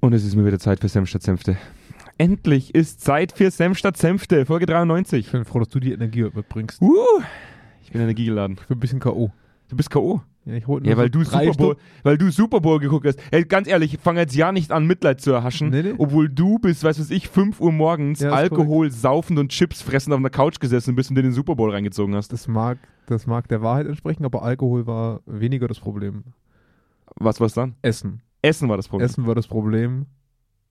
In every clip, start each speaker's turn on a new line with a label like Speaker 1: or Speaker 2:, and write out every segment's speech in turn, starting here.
Speaker 1: Und es ist mal wieder Zeit für Senf statt Senfte. Endlich ist Zeit für Senf statt Senfte, Folge 93.
Speaker 2: Ich bin froh, dass du die Energie mitbringst.
Speaker 1: Uh, ich bin energiegeladen.
Speaker 2: Ich bin ein bisschen K.O.
Speaker 1: Du bist K.O.
Speaker 2: Ja, ich hol nur
Speaker 1: Ja, weil
Speaker 2: so
Speaker 1: du,
Speaker 2: drei
Speaker 1: Super Bowl, weil du Super Bowl geguckt hast. Ey, ganz ehrlich, fang jetzt ja nicht an, Mitleid zu erhaschen,
Speaker 2: Nee, nee.
Speaker 1: obwohl du bis, weißt du was ich, 5 Uhr morgens
Speaker 2: Ja, ist
Speaker 1: Alkohol saufend und Chips fressend auf einer Couch gesessen bist und dir den Super Bowl reingezogen hast.
Speaker 2: Das mag, das mag der Wahrheit entsprechen, aber Alkohol war weniger das Problem.
Speaker 1: Was war's dann?
Speaker 2: Essen.
Speaker 1: Essen war das Problem.
Speaker 2: Essen war das Problem.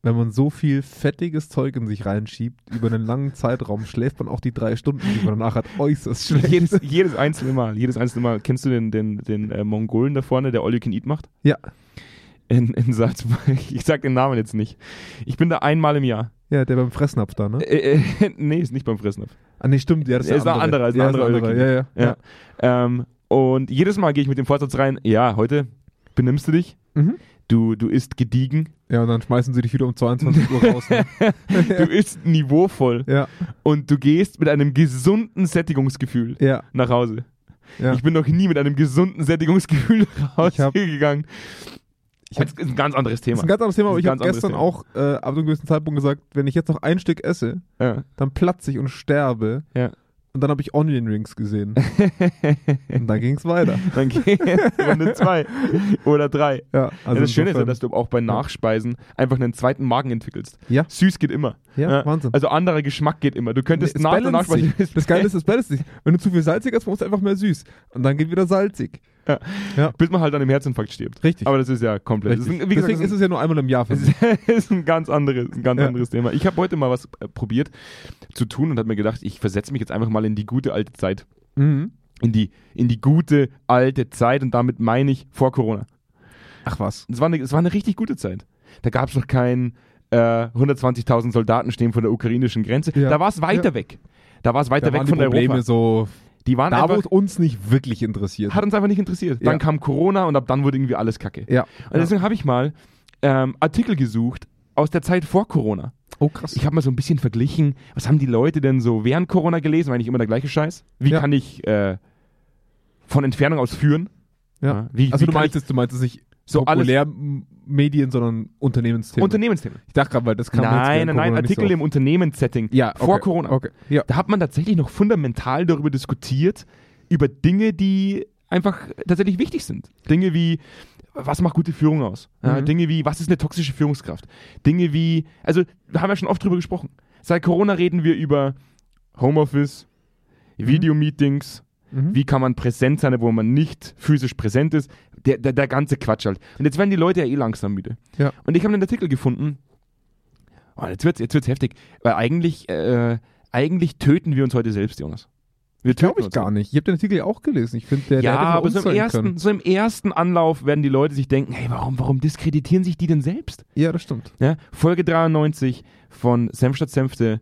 Speaker 2: Wenn man so viel fettiges Zeug in sich reinschiebt, über einen langen Zeitraum, schläft man auch die drei Stunden, die man danach hat, äußerst schlecht.
Speaker 1: Jedes, jedes einzelne Mal, jedes einzelne Mal. Kennst du den, den, den äh, Mongolen da vorne, der All You Can Eat macht?
Speaker 2: Ja.
Speaker 1: In, in Salzburg. Ich sag den Namen jetzt nicht. Ich bin da einmal im Jahr.
Speaker 2: Ja, der beim Fressnapf da, ne?
Speaker 1: Äh, äh, nee, ist nicht beim Fressnapf.
Speaker 2: Ah, nee, stimmt. Ja, das
Speaker 1: Ja, ist
Speaker 2: ist der
Speaker 1: ein
Speaker 2: andere.
Speaker 1: anderer, ist ein
Speaker 2: ja,
Speaker 1: anderer
Speaker 2: Ja,
Speaker 1: Ölkind.
Speaker 2: ja, ja.
Speaker 1: Ja. Ähm, und jedes Mal gehe ich mit dem Vorsatz rein, ja, heute benimmst du dich,
Speaker 2: Mhm.
Speaker 1: du, du isst gediegen,
Speaker 2: Ja, und dann schmeißen sie dich wieder um 22 Uhr raus. Ne?
Speaker 1: du isst niveauvoll
Speaker 2: ja,
Speaker 1: und du gehst mit einem gesunden Sättigungsgefühl
Speaker 2: ja,
Speaker 1: nach Hause.
Speaker 2: ja.
Speaker 1: Ich bin noch nie mit einem gesunden Sättigungsgefühl nach
Speaker 2: Ich
Speaker 1: Hause
Speaker 2: hab-
Speaker 1: gegangen.
Speaker 2: ich hab-
Speaker 1: das ist ein ganz anderes Thema.
Speaker 2: Das ist ein ganz anderes Thema,
Speaker 1: Das
Speaker 2: aber
Speaker 1: ist
Speaker 2: ich
Speaker 1: ein
Speaker 2: habe
Speaker 1: ganz
Speaker 2: gestern
Speaker 1: anderes
Speaker 2: auch äh, ab einem gewissen Zeitpunkt gesagt, wenn ich jetzt noch ein Stück esse,
Speaker 1: Ja.
Speaker 2: dann platze ich und sterbe.
Speaker 1: Ja.
Speaker 2: Und dann habe ich Onion Rings gesehen. und dann ging es weiter.
Speaker 1: Dann geht Runde zwei oder drei.
Speaker 2: Ja, also
Speaker 1: ja, das Schöne ist ja,
Speaker 2: insofern-
Speaker 1: dass du auch bei Nachspeisen einfach einen zweiten Magen entwickelst.
Speaker 2: Ja.
Speaker 1: Süß geht immer.
Speaker 2: Ja, Wahnsinn.
Speaker 1: Also anderer Geschmack geht immer. Du könntest
Speaker 2: Nee, es
Speaker 1: nach der
Speaker 2: balanced
Speaker 1: Nachspeise.
Speaker 2: sich. Das Geile ist, es balanced sich. Wenn du zu viel salzig hast, brauchst du einfach mehr süß. Und dann geht wieder salzig.
Speaker 1: bis man halt an dem Herzinfarkt stirbt.
Speaker 2: Richtig.
Speaker 1: Aber das ist ja komplett. Das ist, ein- wie gesagt,
Speaker 2: Deswegen ist es ja nur einmal im Jahr für
Speaker 1: es
Speaker 2: mich.
Speaker 1: ist, ist ein ganz anderes, ein ganz
Speaker 2: Ja.
Speaker 1: anderes Thema. Ich habe heute mal was äh, probiert zu tun und habe mir gedacht, ich versetze mich jetzt einfach mal in die gute alte Zeit.
Speaker 2: Mhm.
Speaker 1: In die, in die gute alte Zeit und damit meine ich vor Corona.
Speaker 2: Ach was.
Speaker 1: Es war, eine, es war eine richtig gute Zeit. Da gab es noch keinen äh, 120.000 Soldaten stehen vor der ukrainischen Grenze.
Speaker 2: Ja.
Speaker 1: Da war es weiter
Speaker 2: Ja.
Speaker 1: weg. Da war es weiter
Speaker 2: Da
Speaker 1: weg
Speaker 2: waren die
Speaker 1: von
Speaker 2: Probleme
Speaker 1: Europa.
Speaker 2: so,
Speaker 1: Die waren
Speaker 2: da wo
Speaker 1: einfach,
Speaker 2: es uns nicht wirklich interessiert.
Speaker 1: hat uns einfach nicht interessiert. Dann
Speaker 2: Ja.
Speaker 1: kam Corona und ab dann wurde irgendwie alles kacke.
Speaker 2: ja.
Speaker 1: Und deswegen habe ich mal ähm, Artikel gesucht aus der Zeit vor Corona.
Speaker 2: Oh krass.
Speaker 1: Ich habe mal so ein bisschen verglichen, was haben die Leute denn so während Corona gelesen? War eigentlich immer der gleiche Scheiß. Wie
Speaker 2: Ja.
Speaker 1: kann ich äh, von Entfernung aus führen?
Speaker 2: ja.
Speaker 1: Wie,
Speaker 2: Also
Speaker 1: wie
Speaker 2: du
Speaker 1: kann
Speaker 2: meinst, es, du meinst es nicht
Speaker 1: So alles-
Speaker 2: populär M- Medien, sondern
Speaker 1: ich
Speaker 2: Unternehmensthemen.
Speaker 1: Unternehmensthemen?
Speaker 2: ich dachte gerade, weil das kann man jetzt
Speaker 1: Nein,
Speaker 2: während
Speaker 1: nein, nein,
Speaker 2: Corona nicht
Speaker 1: Artikel
Speaker 2: so.
Speaker 1: im Unternehmenssetting.
Speaker 2: ja, okay,
Speaker 1: vor Corona.
Speaker 2: Okay. Ja.
Speaker 1: Da hat man tatsächlich noch fundamental darüber diskutiert, über Dinge, die einfach tatsächlich wichtig sind. Dinge wie, was macht gute Führung aus? Ja,
Speaker 2: Mhm.
Speaker 1: Dinge wie, was ist eine toxische Führungskraft? Dinge wie, also da haben wir schon oft drüber gesprochen. Seit Corona reden wir über Homeoffice, Videomeetings,
Speaker 2: Mhm.
Speaker 1: wie kann man präsent sein, wo man nicht physisch präsent ist, der, der, der ganze Quatsch halt. Und jetzt werden die Leute ja eh langsam müde.
Speaker 2: Ja.
Speaker 1: Und ich habe einen Artikel gefunden, oh, jetzt wird es jetzt wird's heftig, weil eigentlich, äh, eigentlich töten wir uns heute selbst, Jonas. Wir
Speaker 2: Glaube ich gar nicht. Ich habe den Artikel ja auch gelesen. Ich finde,
Speaker 1: Ja,
Speaker 2: der, der hätte von
Speaker 1: aber
Speaker 2: uns
Speaker 1: so im,
Speaker 2: sein
Speaker 1: ersten,
Speaker 2: können.
Speaker 1: so im ersten Anlauf werden die Leute sich denken, hey, warum, warum diskreditieren sich die denn selbst?
Speaker 2: Ja, das stimmt.
Speaker 1: Ja, Folge 93 von Senf statt Senfte,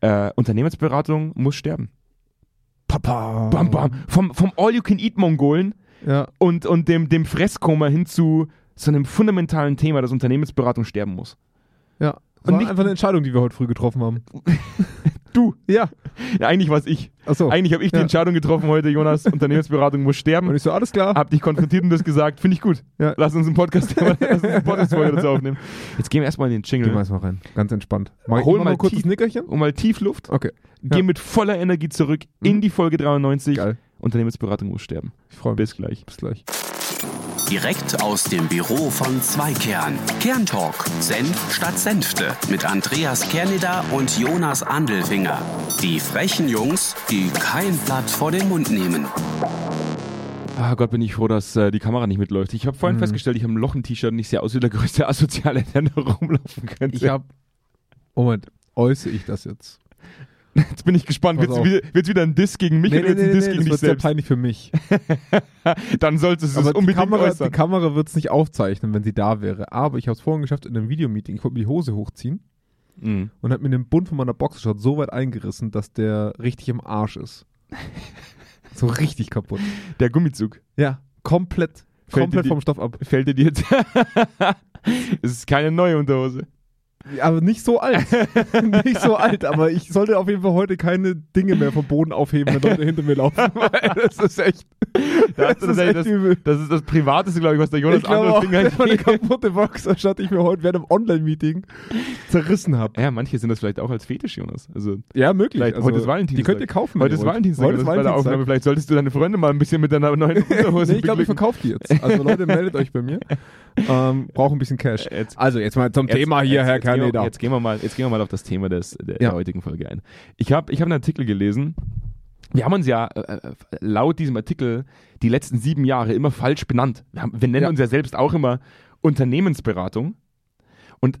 Speaker 1: äh, Unternehmensberatung muss sterben.
Speaker 2: Papa.
Speaker 1: Bam, bam. Vom, vom All-You-Can-Eat-Mongolen
Speaker 2: Ja,
Speaker 1: und, und dem, dem Fresskoma hin zu so einem fundamentalen Thema, dass Unternehmensberatung sterben muss.
Speaker 2: ja.
Speaker 1: Und
Speaker 2: Das war
Speaker 1: nicht-
Speaker 2: einfach eine Entscheidung, die wir heute früh getroffen haben.
Speaker 1: Du,
Speaker 2: Ja.
Speaker 1: ja, eigentlich war es ich.
Speaker 2: Achso.
Speaker 1: Eigentlich habe ich die
Speaker 2: Oh. Ja.
Speaker 1: Entscheidung getroffen heute, Jonas, Unternehmensberatung muss
Speaker 2: Und
Speaker 1: sterben.
Speaker 2: ich so, alles klar.
Speaker 1: Hab dich konfrontiert und das gesagt, finde ich gut.
Speaker 2: Ja.
Speaker 1: Lass uns einen Podcast, lass uns einen Podcast Folge dazu aufnehmen. Jetzt gehen wir erstmal in den
Speaker 2: Geh mal
Speaker 1: Jingle.
Speaker 2: erstmal rein. Ganz entspannt. Mach ich
Speaker 1: Hol
Speaker 2: immer
Speaker 1: mal
Speaker 2: mal kurz
Speaker 1: tief.
Speaker 2: das Nickerchen?
Speaker 1: Und mal tief Luft.
Speaker 2: Okay.
Speaker 1: Geh
Speaker 2: Ja.
Speaker 1: mit voller Energie zurück in
Speaker 2: Mhm.
Speaker 1: die Folge 93.
Speaker 2: Geil.
Speaker 1: Unternehmensberatung muss sterben.
Speaker 2: Ich freue mich.
Speaker 1: Bis gleich.
Speaker 2: Bis gleich.
Speaker 3: Direkt aus dem Büro von Zweikern. Kerntalk. Senf statt Senfte. Mit Andreas Kerneder und Jonas Andelfinger. Die frechen Jungs, die kein Blatt vor den Mund nehmen.
Speaker 1: Ah Gott, bin ich froh, dass äh, die Kamera nicht mitläuft. Ich habe
Speaker 2: Mhm.
Speaker 1: vorhin festgestellt, ich habe ein Loch im T-Shirt und ich sehe aus wie der größte Asoziale, der da rumlaufen könnte.
Speaker 2: Ich habe. Moment, äußere ich das jetzt?
Speaker 1: Jetzt bin ich gespannt.
Speaker 2: Pass
Speaker 1: Wird's
Speaker 2: auf.
Speaker 1: wieder, wird's wieder ein Diss gegen mich oder wird's ein Diss
Speaker 2: das
Speaker 1: gegen dich
Speaker 2: wird sehr
Speaker 1: selbst?
Speaker 2: peinlich für mich.
Speaker 1: Dann solltest du es
Speaker 2: Aber die
Speaker 1: unbedingt
Speaker 2: Kamera, die
Speaker 1: äußern.
Speaker 2: Kamera wird es nicht aufzeichnen, wenn sie da wäre. Aber ich habe es vorhin geschafft in einem Videomeeting. Ich wollte mir die Hose hochziehen
Speaker 1: Mhm.
Speaker 2: und habe mir den Bund von meiner Boxershot so weit eingerissen, dass der richtig im Arsch ist. so richtig kaputt.
Speaker 1: Der Gummizug.
Speaker 2: Ja, komplett.
Speaker 1: Fällt dir
Speaker 2: komplett
Speaker 1: die-
Speaker 2: vom Stoff ab.
Speaker 1: Fällt dir die jetzt? es ist keine neue Unterhose.
Speaker 2: Aber nicht so alt. nicht so alt, aber ich sollte auf jeden Fall heute keine Dinge mehr vom Boden aufheben, wenn Leute hinter mir laufen. Weil das ist echt,
Speaker 1: Da hast
Speaker 2: das
Speaker 1: du
Speaker 2: ist
Speaker 1: tatsächlich
Speaker 2: echt übel.
Speaker 1: Das ist das Privateste, glaube ich, was der Jonas
Speaker 2: Ich glaube auch,
Speaker 1: Andelfinger
Speaker 2: meine kaputte Box erstatte ich mir heute während einem Online-Meeting zerrissen habe.
Speaker 1: Ja, manche sind das vielleicht auch als Fetisch, Jonas. Also
Speaker 2: Ja, möglich.
Speaker 1: Vielleicht, heute ist Valentinstag.
Speaker 2: Die könnt ihr kaufen. wenn
Speaker 1: heute
Speaker 2: ihr
Speaker 1: ist
Speaker 2: wollt.
Speaker 1: Valentinstag,
Speaker 2: Heute ist
Speaker 1: das bei der Aufnahme.
Speaker 2: Valentinstag.
Speaker 1: Vielleicht solltest du deine Freunde mal ein bisschen mit deiner neuen Unterhose
Speaker 2: Nee, ich glaube, ich
Speaker 1: beglücken.
Speaker 2: verkaufe die jetzt. Also Leute, meldet euch bei mir. Ähm, Brauche ein bisschen Cash.
Speaker 1: Äh, jetzt-
Speaker 2: Also jetzt mal zum
Speaker 1: Jetzt-
Speaker 2: Thema hier,
Speaker 1: jetzt,
Speaker 2: Herr
Speaker 1: jetzt, gehen wir,
Speaker 2: Kaneda.
Speaker 1: jetzt, gehen wir mal, jetzt gehen wir mal auf das Thema des, der,
Speaker 2: Ja.
Speaker 1: der heutigen Folge ein. Ich habe ich hab einen Artikel gelesen. Wir haben uns ja äh, äh, laut diesem Artikel die letzten sieben Jahre immer falsch benannt. Wir, haben, wir nennen
Speaker 2: Ja.
Speaker 1: uns ja selbst auch immer Unternehmensberatung. Und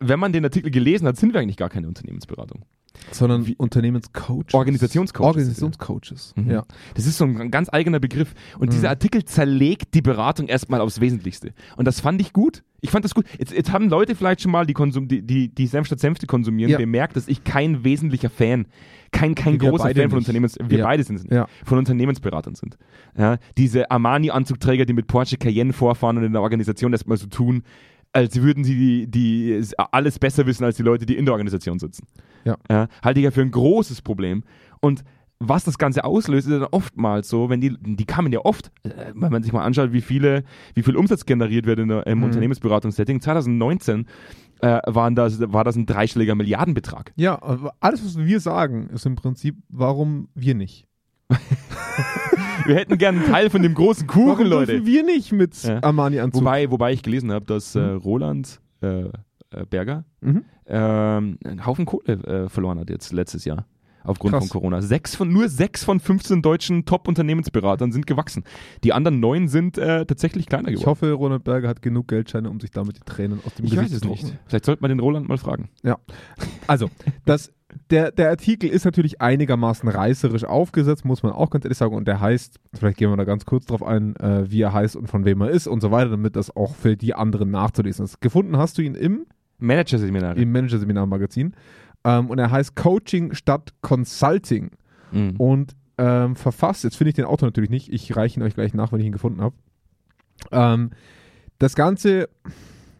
Speaker 1: wenn man den Artikel gelesen hat, sind wir eigentlich gar keine Unternehmensberatung.
Speaker 2: Sondern Unternehmenscoaches.
Speaker 1: Organisationscoaches.
Speaker 2: Organisationscoaches.
Speaker 1: Mhm.
Speaker 2: Ja.
Speaker 1: Das ist so ein ganz eigener Begriff. Und
Speaker 2: Mhm.
Speaker 1: dieser Artikel zerlegt die Beratung erstmal aufs Wesentlichste. Und das fand ich gut. Ich fand das gut. Jetzt, jetzt haben Leute vielleicht schon mal, die, konsum die, die, die Senf statt Senfte konsumieren,
Speaker 2: Ja.
Speaker 1: bemerkt, dass ich kein wesentlicher Fan, kein, kein
Speaker 2: Wir
Speaker 1: großer
Speaker 2: beide
Speaker 1: Fan von
Speaker 2: nicht.
Speaker 1: Unternehmens, wir
Speaker 2: Ja.
Speaker 1: beide sind es nicht,
Speaker 2: Ja.
Speaker 1: von Unternehmensberatern sind. Ja, diese Armani-Anzugträger, die mit Porsche Cayenne vorfahren und in der Organisation erstmal so tun, als würden sie die, die alles besser wissen als die Leute, die in der Organisation sitzen.
Speaker 2: Ja.
Speaker 1: halte ich ja für ein großes Problem. Und was das Ganze auslöst, ist dann oftmals so, wenn die, die kamen ja oft, äh, wenn man sich mal anschaut, wie viele, wie viel Umsatz generiert wird in der,
Speaker 2: Mhm.
Speaker 1: im Unternehmensberatungssetting, 2019 äh, waren das, war das ein dreistelliger Milliardenbetrag.
Speaker 2: ja, aber alles, was wir sagen, ist im Prinzip, warum wir nicht.
Speaker 1: Wir hätten gerne einen Teil von dem großen Kuchen,
Speaker 2: warum
Speaker 1: Leute.
Speaker 2: dürfen wir nicht mit
Speaker 1: Ja.
Speaker 2: Armani-Anzug?
Speaker 1: Wobei, wobei ich gelesen habe, dass äh,
Speaker 2: Mhm.
Speaker 1: Roland äh, äh, Berger
Speaker 2: Mhm.
Speaker 1: ähm, einen Haufen Kohle äh, verloren hat jetzt letztes Jahr. Aufgrund
Speaker 2: Krass.
Speaker 1: von Corona. Sechs von, nur sechs von 15 deutschen Top-Unternehmensberatern sind gewachsen. Die anderen neun sind äh, tatsächlich kleiner
Speaker 2: Ich
Speaker 1: geworden.
Speaker 2: hoffe, Ronald Berger hat genug Geldscheine, um sich damit die Tränen aus dem
Speaker 1: Ich
Speaker 2: Gesicht
Speaker 1: weiß es
Speaker 2: zu
Speaker 1: nicht.
Speaker 2: trocknen.
Speaker 1: Vielleicht sollte man den Roland mal fragen.
Speaker 2: Also, das, der, der Artikel ist natürlich einigermaßen reißerisch aufgesetzt, muss man auch ganz ehrlich sagen. Und der heißt, vielleicht gehen wir da ganz kurz drauf ein, äh, wie er heißt und von wem er ist und so weiter, damit das auch für die anderen nachzulesen ist. Gefunden hast du ihn im,
Speaker 1: Manager-Seminare.
Speaker 2: im Manager-Seminar-Magazin. Ähm, und er heißt Coaching statt Consulting.
Speaker 1: Mhm.
Speaker 2: Und ähm, verfasst, jetzt finde ich den Autor natürlich nicht, ich reiche ihn euch gleich nach, wenn ich ihn gefunden habe. Ähm, das Ganze,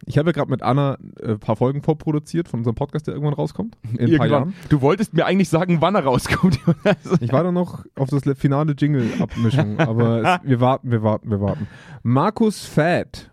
Speaker 2: ich habe ja gerade mit Anna äh, ein paar Folgen vorproduziert von unserem Podcast, der irgendwann rauskommt. In ein paar
Speaker 1: Irgendwann.
Speaker 2: Jahren.
Speaker 1: Du wolltest mir eigentlich sagen, wann er rauskommt. Also,
Speaker 2: Ich warte noch auf das le- finale Jingle-Abmischung, aber es, wir warten, wir warten, wir warten. Markus Fett,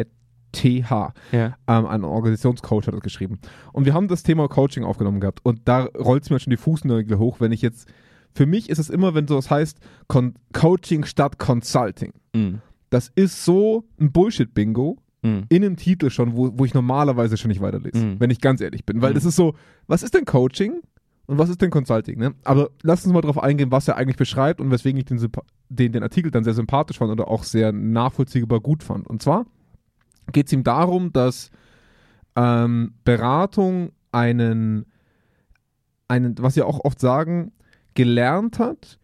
Speaker 2: V-E-T-H,
Speaker 1: ja.
Speaker 2: ähm, ein Organisationscoach hat das geschrieben. Und wir haben das Thema Coaching aufgenommen gehabt. Und da rollt es mir schon die Fußnägel hoch, wenn ich jetzt, für mich ist es immer, wenn sowas heißt, Con Coaching statt Consulting.
Speaker 1: Mhm.
Speaker 2: Das ist so ein Bullshit-Bingo
Speaker 1: Mhm.
Speaker 2: in einem Titel schon, wo, wo ich normalerweise schon nicht weiterlese,
Speaker 1: Mhm.
Speaker 2: wenn ich ganz ehrlich bin. Weil
Speaker 1: Mhm.
Speaker 2: das ist so, was ist denn Coaching und was ist denn Consulting? Ne? Aber lass uns mal drauf eingehen, was er eigentlich beschreibt und weswegen ich den, Sympa- den, den Artikel dann sehr sympathisch fand oder auch sehr nachvollziehbar gut fand. Und zwar geht es ihm darum, dass ähm, Beratung einen, einen, was sie auch oft sagen, gelernt hat,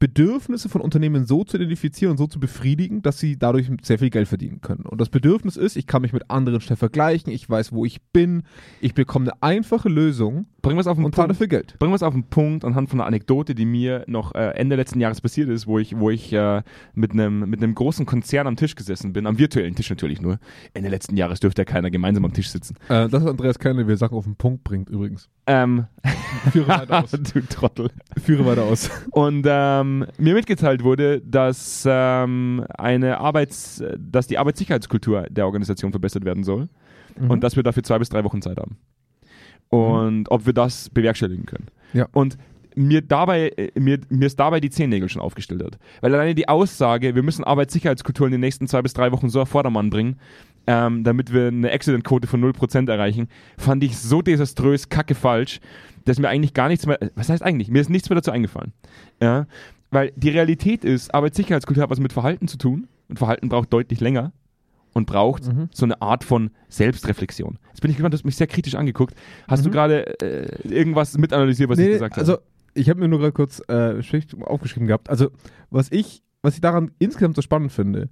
Speaker 2: Bedürfnisse von Unternehmen so zu identifizieren und so zu befriedigen, dass sie dadurch sehr viel Geld verdienen können. Und das Bedürfnis ist, ich kann mich mit anderen schnell vergleichen, ich weiß, wo ich bin, ich bekomme eine einfache Lösung
Speaker 1: Bringen wir es auf den
Speaker 2: und zahle
Speaker 1: Punkt.
Speaker 2: dafür Geld.
Speaker 1: Bringen wir es auf den Punkt anhand von einer Anekdote, die mir noch äh, Ende letzten Jahres passiert ist, wo ich, wo ich äh, mit einem mit einem großen Konzern am Tisch gesessen bin, am virtuellen Tisch natürlich nur. Ende letzten Jahres dürfte ja keiner gemeinsam am Tisch sitzen.
Speaker 2: Äh, das ist Andreas Kernel, der Sachen auf den Punkt bringt übrigens.
Speaker 1: Ähm,
Speaker 2: Führe weiter aus.
Speaker 1: du Trottel.
Speaker 2: Führe weiter aus.
Speaker 1: Und ähm, mir mitgeteilt wurde, dass ähm, eine Arbeits, dass die Arbeitssicherheitskultur der Organisation verbessert werden soll
Speaker 2: Mhm.
Speaker 1: und dass wir dafür zwei bis drei Wochen Zeit haben. Und ob wir das bewerkstelligen können.
Speaker 2: Ja.
Speaker 1: Und mir dabei, äh, mir, mir ist dabei die Zehennägel schon aufgestellt hat. Weil alleine die Aussage, wir müssen Arbeitssicherheitskultur in den nächsten zwei bis drei Wochen so auf Vordermann bringen, ähm, damit wir eine Accident-Quote von 0% erreichen, fand ich so desaströs kacke falsch, dass mir eigentlich gar nichts mehr, äh, was heißt eigentlich? Mir ist nichts mehr dazu eingefallen. Ja? Weil die Realität ist, Arbeitssicherheitskultur hat was mit Verhalten zu tun und Verhalten braucht deutlich länger und braucht
Speaker 2: Mhm.
Speaker 1: so eine Art von Selbstreflexion. Jetzt bin ich gespannt, du hast mich sehr kritisch angeguckt. Hast du
Speaker 2: Mhm.
Speaker 1: gerade äh, irgendwas mit analysiert, was
Speaker 2: Nee,
Speaker 1: ich
Speaker 2: nee,
Speaker 1: gesagt
Speaker 2: also,
Speaker 1: habe?
Speaker 2: ich habe mir nur gerade kurz äh, schlicht aufgeschrieben gehabt. Also, was ich, was ich daran insgesamt so spannend finde,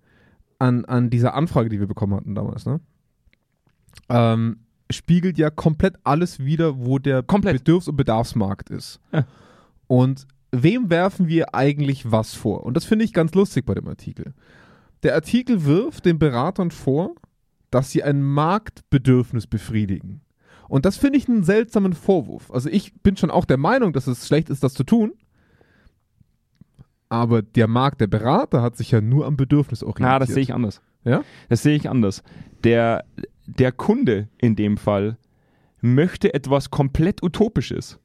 Speaker 2: an, an dieser Anfrage, die wir bekommen hatten damals, ne? ähm, spiegelt ja komplett alles wider, wo der
Speaker 1: Komplett.
Speaker 2: Bedürfs- und Bedarfsmarkt ist.
Speaker 1: Ja.
Speaker 2: Und wem werfen wir eigentlich was vor? Und das finde ich ganz lustig bei dem Artikel. Der Artikel wirft den Beratern vor, dass sie ein Marktbedürfnis befriedigen. Und das finde ich einen seltsamen Vorwurf. Also ich bin schon auch der Meinung, dass es schlecht ist, das zu tun. Aber der Markt, der Berater hat sich ja nur am Bedürfnis orientiert.
Speaker 1: Na, Ah, das sehe ich anders.
Speaker 2: Ja?
Speaker 1: Das sehe ich anders. Der, der Kunde in dem Fall möchte etwas komplett Utopisches.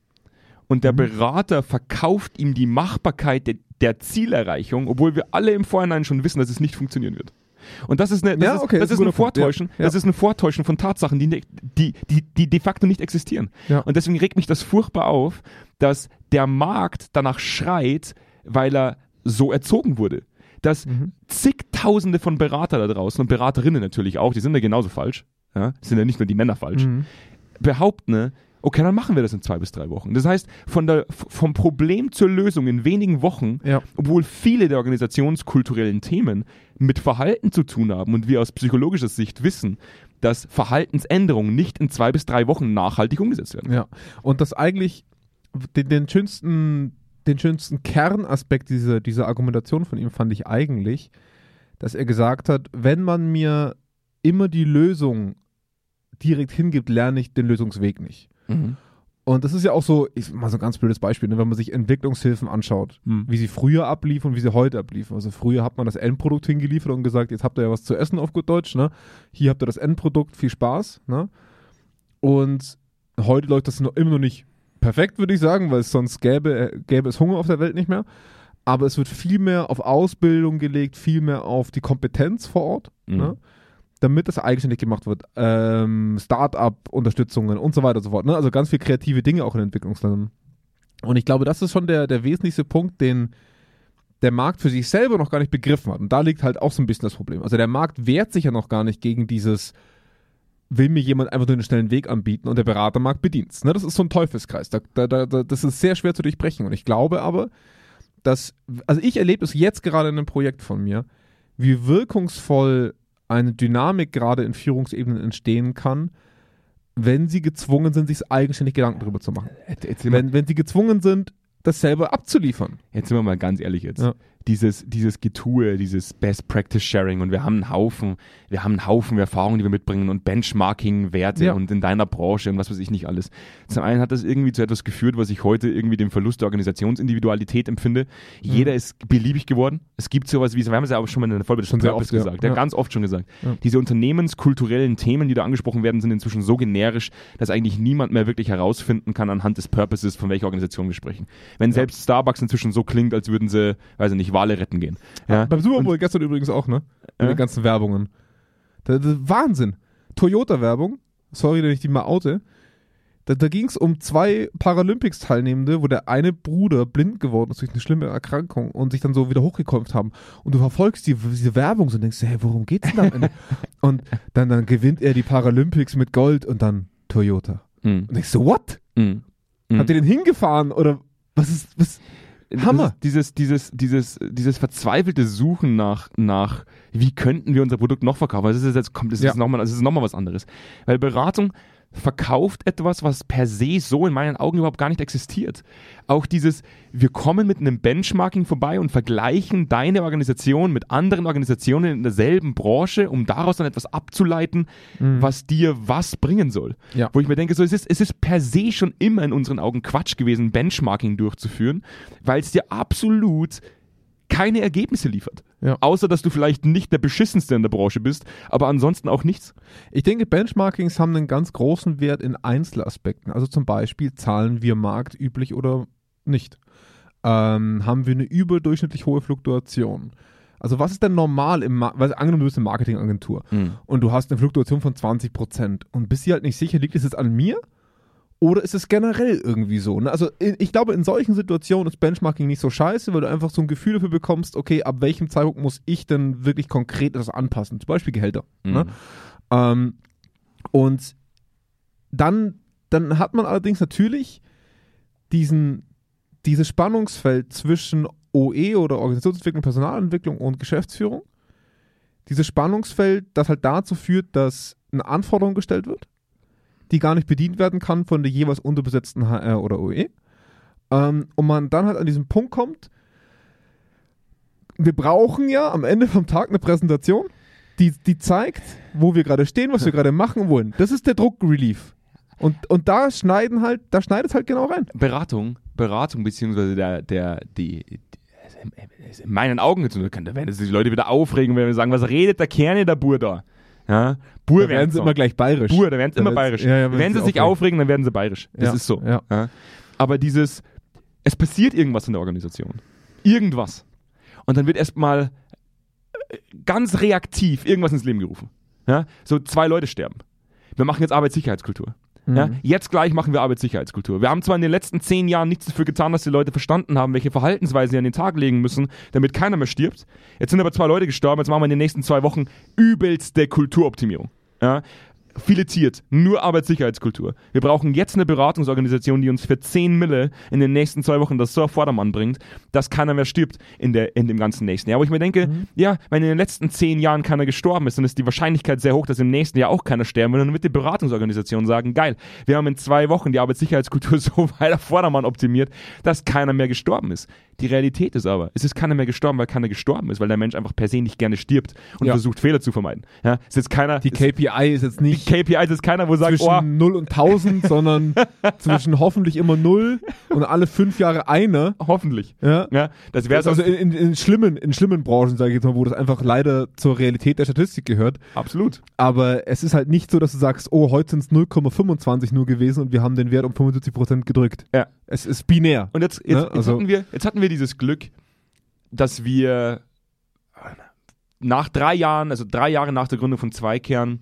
Speaker 1: Und
Speaker 2: Mhm.
Speaker 1: der Berater verkauft ihm die Machbarkeit der, der Zielerreichung, obwohl wir alle im Vorhinein schon wissen, dass es nicht funktionieren wird. Und das ist, eine, das
Speaker 2: Ja,
Speaker 1: ist,
Speaker 2: okay,
Speaker 1: das
Speaker 2: ist
Speaker 1: ist
Speaker 2: ein
Speaker 1: ein
Speaker 2: guter Punkt. Ja,
Speaker 1: Vortäuschen,
Speaker 2: ja.
Speaker 1: das ist ein Vortäuschen von Tatsachen, die, ne- die, die, die de facto nicht existieren.
Speaker 2: Ja.
Speaker 1: Und deswegen regt mich das furchtbar auf, dass der Markt danach schreit, weil er so erzogen wurde. Dass zigtausende von Berater da draußen und Beraterinnen natürlich auch, die sind ja genauso falsch, ja, sind ja nicht nur die Männer falsch,
Speaker 2: Mhm.
Speaker 1: behaupten, ne, okay, dann machen wir das in zwei bis drei Wochen. Das heißt, von der, f- vom Problem zur Lösung in wenigen Wochen,
Speaker 2: Ja.
Speaker 1: obwohl viele der organisationskulturellen Themen mit Verhalten zu tun haben und wir aus psychologischer Sicht wissen, dass Verhaltensänderungen nicht in zwei bis drei Wochen nachhaltig umgesetzt werden.
Speaker 2: Ja. Und das eigentlich den, den schönsten, den schönsten Kernaspekt dieser, dieser Argumentation von ihm fand ich eigentlich, dass er gesagt hat, wenn man mir immer die Lösung direkt hingibt, lerne ich den Lösungsweg nicht.
Speaker 1: Mhm.
Speaker 2: Und das ist ja auch so, ich, mal so ein ganz blödes Beispiel, ne, wenn man sich Entwicklungshilfen anschaut,
Speaker 1: Mhm.
Speaker 2: wie sie früher abliefen und wie sie heute abliefen. Also früher hat man das Endprodukt hingeliefert und gesagt, jetzt habt ihr ja was zu essen auf gut Deutsch, ne? Hier habt ihr das Endprodukt, viel Spaß, ne? Und heute läuft das noch, immer noch nicht perfekt, würde ich sagen, weil es sonst gäbe, äh, gäbe es Hunger auf der Welt nicht mehr. Aber es wird viel mehr auf Ausbildung gelegt, viel mehr auf die Kompetenz vor Ort,
Speaker 1: Mhm.
Speaker 2: ne? damit das eigenständig gemacht wird. Ähm, Start-up-Unterstützungen und so weiter und so fort. Ne? Also ganz viel kreative Dinge auch in Entwicklungsländern. Und ich glaube, das ist schon der, der wesentlichste Punkt, den der Markt für sich selber noch gar nicht begriffen hat. Und da liegt halt auch so ein bisschen das Problem. Also der Markt wehrt sich ja noch gar nicht gegen dieses, will mir jemand einfach nur einen schnellen Weg anbieten und der Beratermarkt bedient Ne? Das ist so ein Teufelskreis. Da, da, da, da- das ist sehr schwer zu durchbrechen. Und ich glaube aber, dass, also ich erlebe es jetzt gerade in einem Projekt von mir, wie wirkungsvoll eine Dynamik gerade in Führungsebenen entstehen kann, wenn sie gezwungen sind, sich eigenständig Gedanken darüber zu machen.
Speaker 1: Jetzt, sind wir,
Speaker 2: Wenn, wenn sie gezwungen sind, das selber abzuliefern.
Speaker 1: jetzt sind wir mal ganz ehrlich jetzt.
Speaker 2: Ja.
Speaker 1: Dieses, dieses Getue, dieses Best Practice Sharing und wir haben einen Haufen, wir haben einen Haufen Erfahrungen, die wir mitbringen und Benchmarking-Werte
Speaker 2: Ja.
Speaker 1: und in deiner Branche und was weiß ich nicht alles. Zum einen hat das irgendwie zu etwas geführt, was ich heute irgendwie den Verlust der Organisationsindividualität empfinde.
Speaker 2: Mhm.
Speaker 1: Jeder ist beliebig geworden. Es gibt sowas wie, wir haben es ja auch schon mal in der Folge des
Speaker 2: Schon sehr
Speaker 1: Purpose
Speaker 2: oft, ja.
Speaker 1: gesagt, ja.
Speaker 2: Ja.
Speaker 1: ganz oft schon gesagt.
Speaker 2: Ja.
Speaker 1: Diese unternehmenskulturellen Themen, die da angesprochen werden, sind inzwischen so generisch, dass eigentlich niemand mehr wirklich herausfinden kann anhand des Purposes, von welcher Organisation wir sprechen. Wenn selbst Starbucks inzwischen so klingt, als würden sie, weiß ich nicht, Wale retten gehen. Ja?
Speaker 2: Beim Super Bowl gestern übrigens auch, ne? Mit
Speaker 1: Äh?
Speaker 2: den ganzen Werbungen. Da, da, Wahnsinn. Toyota-Werbung, sorry, dass ich die mal oute. Da, da ging es um zwei Paralympics-Teilnehmende, wo der eine Bruder blind geworden ist durch eine schlimme Erkrankung und sich dann so wieder hochgekämpft haben. Und du verfolgst die, diese Werbung so und denkst, hey, worum geht's denn am Ende? und dann, dann gewinnt er die Paralympics mit Gold und dann Toyota.
Speaker 1: Mhm.
Speaker 2: Und denkst so, what?
Speaker 1: Mhm. Mhm.
Speaker 2: Habt ihr den hingefahren? Oder was ist, was? Hammer.
Speaker 1: Das ist Äh, Dieses, dieses, dieses, dieses verzweifelte Suchen nach, nach, wie könnten wir unser Produkt noch verkaufen? Also Das ist jetzt kommt, das
Speaker 2: Ja.
Speaker 1: ist nochmal, das ist nochmal was anderes. Weil Beratung verkauft etwas, was per se so in meinen Augen überhaupt gar nicht existiert. Auch dieses, wir kommen mit einem Benchmarking vorbei und vergleichen deine Organisation mit anderen Organisationen in derselben Branche, um daraus dann etwas abzuleiten,
Speaker 2: Mhm.
Speaker 1: was dir was bringen soll.
Speaker 2: Ja.
Speaker 1: Wo ich mir denke, so, es, ist, es ist per se schon immer in unseren Augen Quatsch gewesen, Benchmarking durchzuführen, weil es dir absolut keine Ergebnisse liefert.
Speaker 2: Ja.
Speaker 1: Außer, dass du vielleicht nicht der beschissenste in der Branche bist, aber ansonsten auch nichts.
Speaker 2: Ich denke, Benchmarkings haben einen ganz großen Wert in Einzelaspekten. Also zum Beispiel, zahlen wir marktüblich oder nicht? Ähm, haben wir eine überdurchschnittlich hohe Fluktuation? Also was ist denn normal im Markt? Weil angenommen, du bist eine Marketingagentur und du hast eine Fluktuation von 20 Prozent und bist dir halt nicht sicher, liegt es jetzt an mir? Oder ist es generell irgendwie so? Ne? Also i- ich glaube, in solchen Situationen ist Benchmarking nicht so scheiße, weil du einfach so ein Gefühl dafür bekommst, okay, ab welchem Zeitpunkt muss ich denn wirklich konkret das anpassen? Zum Beispiel Gehälter. Ne? Ähm, und dann, dann hat man allerdings natürlich diesen, dieses Spannungsfeld zwischen OE oder Organisationsentwicklung, Personalentwicklung und Geschäftsführung. Dieses Spannungsfeld, das halt dazu führt, dass eine Anforderung gestellt wird, die gar nicht bedient werden kann von der jeweils unterbesetzten HR oder OE. Ähm, und man dann halt an diesen Punkt kommt, wir brauchen ja am Ende vom Tag eine Präsentation, die, die zeigt, wo wir gerade stehen, was wir gerade machen und wohin. Das ist der Druck-Relief. Und, und da schneiden halt, da schneidet es halt genau rein.
Speaker 1: Beratung, Beratung, beziehungsweise der, der, die, die ist in meinen Augen jetzt, da werden sich die Leute wieder aufregen, wenn wir sagen, was redet der Kerne der Bur da? Ja, Bur
Speaker 2: Da werden sie
Speaker 1: noch.
Speaker 2: immer gleich bayerisch.
Speaker 1: Bur, da werden sie
Speaker 2: Da
Speaker 1: immer
Speaker 2: wird's-
Speaker 1: bayerisch.
Speaker 2: ja, ja,
Speaker 1: wenn sie sich aufregen, dann werden sie bayerisch. Das
Speaker 2: Ja,
Speaker 1: ist so.
Speaker 2: ja.
Speaker 1: Aber dieses, es passiert irgendwas in der Organisation. Irgendwas. Und dann wird erstmal äh, ganz reaktiv irgendwas ins Leben gerufen. Ja? So zwei Leute sterben. Wir machen jetzt Arbeitssicherheitskultur. Ja?
Speaker 2: Mhm.
Speaker 1: Jetzt gleich machen wir Arbeitssicherheitskultur. Wir haben zwar in den letzten zehn Jahren nichts dafür getan, dass die Leute verstanden haben, welche Verhaltensweisen sie an den Tag legen müssen, damit keiner mehr stirbt. Jetzt sind aber zwei Leute gestorben, jetzt machen wir in den nächsten zwei Wochen übelste Kulturoptimierung. Ja? Filetiert, nur Arbeitssicherheitskultur. Wir brauchen jetzt eine Beratungsorganisation, die uns für 10 Mille in den nächsten zwei Wochen das so auf Vordermann bringt, dass keiner mehr stirbt in, der, in dem ganzen nächsten Jahr. Wo ich mir denke,
Speaker 2: Mhm.
Speaker 1: ja, wenn in den letzten zehn Jahren keiner gestorben ist, dann ist die Wahrscheinlichkeit sehr hoch, dass im nächsten Jahr auch keiner sterben wird. Und dann wird die Beratungsorganisation sagen, geil, wir haben in zwei Wochen die Arbeitssicherheitskultur so weit auf Vordermann optimiert, dass keiner mehr gestorben ist. Die Realität ist aber, es ist keiner mehr gestorben, weil keiner gestorben ist, weil der Mensch einfach per se nicht gerne stirbt und
Speaker 2: Ja.
Speaker 1: versucht Fehler zu vermeiden. Ja, es ist keiner,
Speaker 2: Die KPI ist jetzt nicht
Speaker 1: KPI ist keiner, wo sagt,
Speaker 2: zwischen
Speaker 1: oh,
Speaker 2: 0 und 1000, sondern zwischen hoffentlich immer 0 und alle fünf Jahre einer.
Speaker 1: oh, hoffentlich.
Speaker 2: Ja.
Speaker 1: Ja, das wäre
Speaker 2: also in, in, in, schlimmen, in schlimmen Branchen, sage ich jetzt mal, wo das einfach leider zur Realität der Statistik gehört.
Speaker 1: absolut.
Speaker 2: Aber es ist halt nicht so, dass du sagst, oh, heute sind es 0,25 nur gewesen und wir haben den Wert um 75% gedrückt.
Speaker 1: Ja.
Speaker 2: Es ist binär.
Speaker 1: Und jetzt, jetzt,
Speaker 2: Ne, also-
Speaker 1: jetzt, hatten wir, jetzt hatten wir dieses Glück, dass wir nach drei Jahren, also drei Jahre nach der Gründung von Zweikern,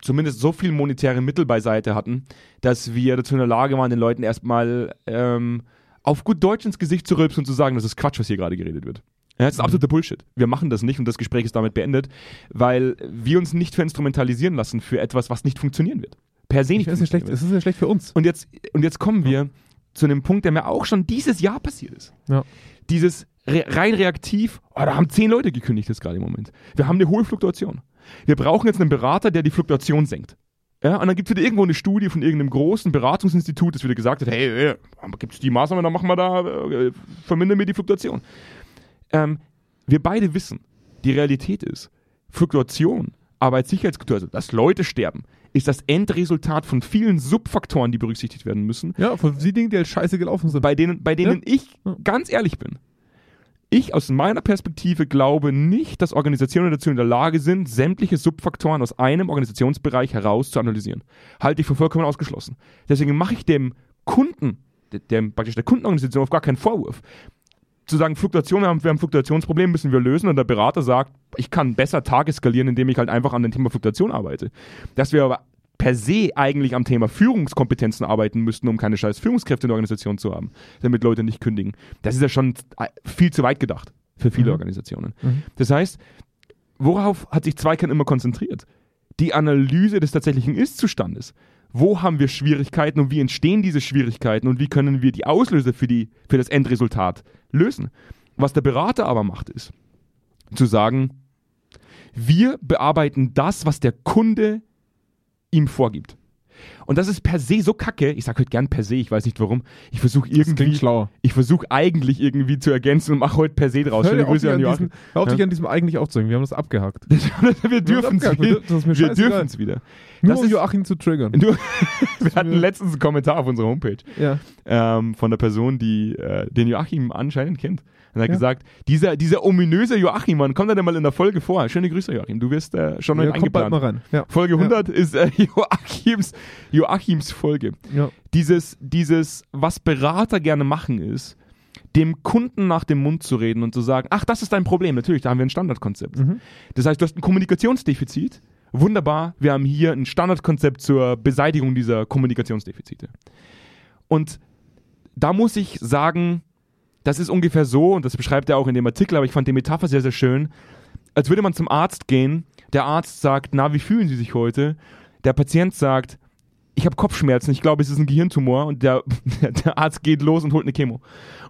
Speaker 1: zumindest so viel monetäre Mittel beiseite hatten, dass wir dazu in der Lage waren, den Leuten erstmal ähm, auf gut Deutsch ins Gesicht zu rülpsen und zu sagen, das ist Quatsch, was hier gerade geredet wird. Ja, das ist absoluter Bullshit. Wir machen das nicht und das Gespräch ist damit beendet, weil wir uns nicht verinstrumentalisieren lassen für etwas, was nicht funktionieren wird. Per se nicht.
Speaker 2: Es ist, nicht schlecht,
Speaker 1: funktionieren
Speaker 2: es ist nicht schlecht für uns.
Speaker 1: wird. Und jetzt, und jetzt kommen wir zu einem Punkt, der mir auch schon dieses Jahr passiert ist
Speaker 2: Ja.
Speaker 1: dieses re rein reaktiv, oh, da haben zehn Leute gekündigt jetzt gerade im Moment. Wir haben eine hohe Fluktuation. Wir brauchen jetzt einen Berater, der die Fluktuation senkt. Ja, und dann gibt es wieder irgendwo eine Studie von irgendeinem großen Beratungsinstitut, das wieder gesagt hat, hey, gibt es die Maßnahme, dann machen wir da, äh, vermindern wir die Fluktuation. Ähm, wir beide wissen, die Realität ist, Fluktuation, Arbeitssicherheitskultur, also dass Leute sterben, ist das Endresultat von vielen Subfaktoren, die berücksichtigt werden müssen,
Speaker 2: Ja, von den Dingen, die halt scheiße gelaufen sind.
Speaker 1: bei denen, bei denen ich
Speaker 2: Ja.
Speaker 1: ganz ehrlich bin. Ich aus meiner Perspektive glaube nicht, dass Organisationen dazu in der Lage sind, sämtliche Subfaktoren aus einem Organisationsbereich heraus zu analysieren. Halte ich für vollkommen ausgeschlossen. Deswegen mache ich dem Kunden, de- dem, praktisch der Kundenorganisation auf gar keinen Vorwurf. Zu sagen, Fluktuation, wir haben, wir haben ein Fluktuationsproblem, müssen wir lösen und der Berater sagt, ich kann besser Tag eskalieren, indem ich halt einfach an dem Thema Fluktuation arbeite. Dass wir aber per se eigentlich am Thema Führungskompetenzen arbeiten müssten, um keine scheiß Führungskräfte in der Organisation zu haben, damit Leute nicht kündigen. Das ist ja schon äh, viel zu weit gedacht für viele
Speaker 2: Mhm.
Speaker 1: Organisationen.
Speaker 2: Mhm.
Speaker 1: Das heißt, worauf hat sich Zweikern immer konzentriert? Die Analyse des tatsächlichen Ist-Zustandes. Wo haben wir Schwierigkeiten und wie entstehen diese Schwierigkeiten und wie können wir die Auslöser für, die, für das Endresultat lösen? Was der Berater aber macht, ist zu sagen, wir bearbeiten das, was der Kunde ihm vorgibt. Und das ist per se so kacke. Ich sage heute gern per se, ich weiß nicht warum. Ich versuche irgendwie,
Speaker 2: schlauer.
Speaker 1: ich versuche eigentlich irgendwie zu ergänzen und mache heute per se draus.
Speaker 2: Hör
Speaker 1: Schöne
Speaker 2: dir auf,
Speaker 1: Grüße
Speaker 2: dich
Speaker 1: an
Speaker 2: an
Speaker 1: Joachim.
Speaker 2: diesem, hör auf
Speaker 1: Ja.
Speaker 2: dich an diesem eigentlich aufzuhängen. Wir haben das abgehakt.
Speaker 1: wir dürfen es
Speaker 2: abgehakt.
Speaker 1: wieder.
Speaker 2: Das ist mir
Speaker 1: Wir
Speaker 2: scheißegal.
Speaker 1: dürfen es wieder.
Speaker 2: Nur
Speaker 1: Das
Speaker 2: um
Speaker 1: ist-
Speaker 2: Joachim zu triggern.
Speaker 1: Du, wir hatten letztens einen Kommentar auf unserer Homepage
Speaker 2: Ja.
Speaker 1: ähm, von der Person, die äh, den Joachim anscheinend kennt. Und er hat
Speaker 2: Ja.
Speaker 1: gesagt, dieser, dieser ominöse Joachim, Mann, kommt er denn mal in der Folge vor? Schöne Grüße, Joachim. Du wirst äh, schon
Speaker 2: ja
Speaker 1: mal
Speaker 2: kommt bald
Speaker 1: eingeplant.
Speaker 2: mal rein. Ja.
Speaker 1: Folge
Speaker 2: Ja.
Speaker 1: 100 ist äh, Joachims, Joachims Folge.
Speaker 2: Ja.
Speaker 1: Dieses, dieses, was Berater gerne machen, ist, dem Kunden nach dem Mund zu reden und zu sagen, ach, das ist dein Problem. Natürlich, da haben wir ein Standardkonzept.
Speaker 2: Mhm.
Speaker 1: Das heißt, du hast ein Kommunikationsdefizit. Wunderbar, wir haben hier ein Standardkonzept zur Beseitigung dieser Kommunikationsdefizite. Und da muss ich sagen, das ist ungefähr so, und das beschreibt er auch in dem Artikel, aber ich fand die Metapher sehr, sehr schön, als würde man zum Arzt gehen, der Arzt sagt, na, wie fühlen Sie sich heute? Der Patient sagt, ich habe Kopfschmerzen, ich glaube, es ist ein Gehirntumor und der, der Arzt geht los und holt eine Chemo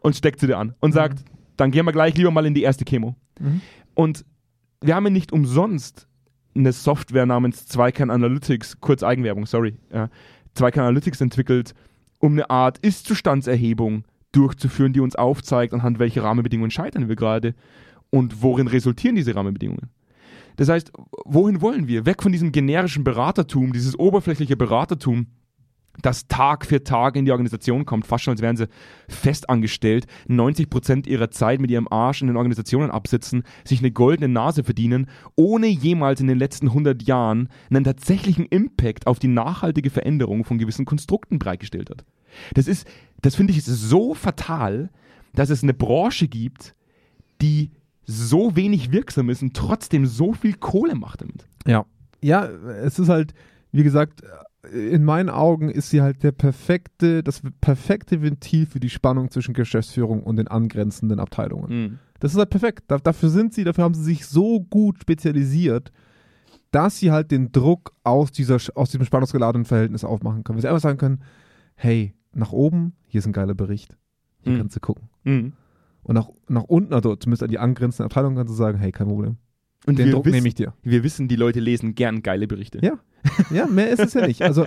Speaker 1: und steckt sie dir an und sagt, dann gehen wir gleich lieber mal in die erste Chemo.
Speaker 2: Mhm.
Speaker 1: Und wir haben ja nicht umsonst eine Software namens Zweikern Analytics, kurz Eigenwerbung, sorry, ja, Zweikern Analytics entwickelt, um eine Art Ist-Zustandserhebung durchzuführen, die uns aufzeigt, anhand welcher Rahmenbedingungen scheitern wir gerade und worin resultieren diese Rahmenbedingungen. Das heißt, wohin wollen wir? Weg von diesem generischen Beratertum, dieses oberflächliche Beratertum, das Tag für Tag in die Organisation kommt, fast schon, als wären sie festangestellt, 90 Prozent ihrer Zeit mit ihrem Arsch in den Organisationen absitzen, sich eine goldene Nase verdienen, ohne jemals in den letzten 100 Jahren einen tatsächlichen Impact auf die nachhaltige Veränderung von gewissen Konstrukten bereitgestellt hat. Das ist, das finde ich ist so fatal, dass es eine Branche gibt, die so wenig wirksam ist und trotzdem so viel Kohle macht damit.
Speaker 2: Ja. Ja, es ist halt, wie gesagt, in meinen Augen ist sie halt der perfekte, das perfekte Ventil für die Spannung zwischen Geschäftsführung und den angrenzenden Abteilungen. Das ist halt perfekt. Da, dafür sind sie, dafür haben sie sich so gut spezialisiert, dass sie halt den Druck aus, dieser, aus diesem spannungsgeladenen Verhältnis aufmachen können. Weil sie einfach sagen können, hey, nach oben, hier ist ein geiler Bericht. Hier
Speaker 1: Mhm.
Speaker 2: kannst du gucken.
Speaker 1: Mhm.
Speaker 2: Und nach, nach unten, also zumindest an die angrenzenden Abteilungen, kannst du sagen, hey, kein Problem.
Speaker 1: Und
Speaker 2: Den
Speaker 1: wir
Speaker 2: Druck
Speaker 1: wissen,
Speaker 2: nehme ich dir.
Speaker 1: Wir wissen, die Leute lesen gern geile Berichte.
Speaker 2: Ja. Ja, mehr ist es ja nicht. Also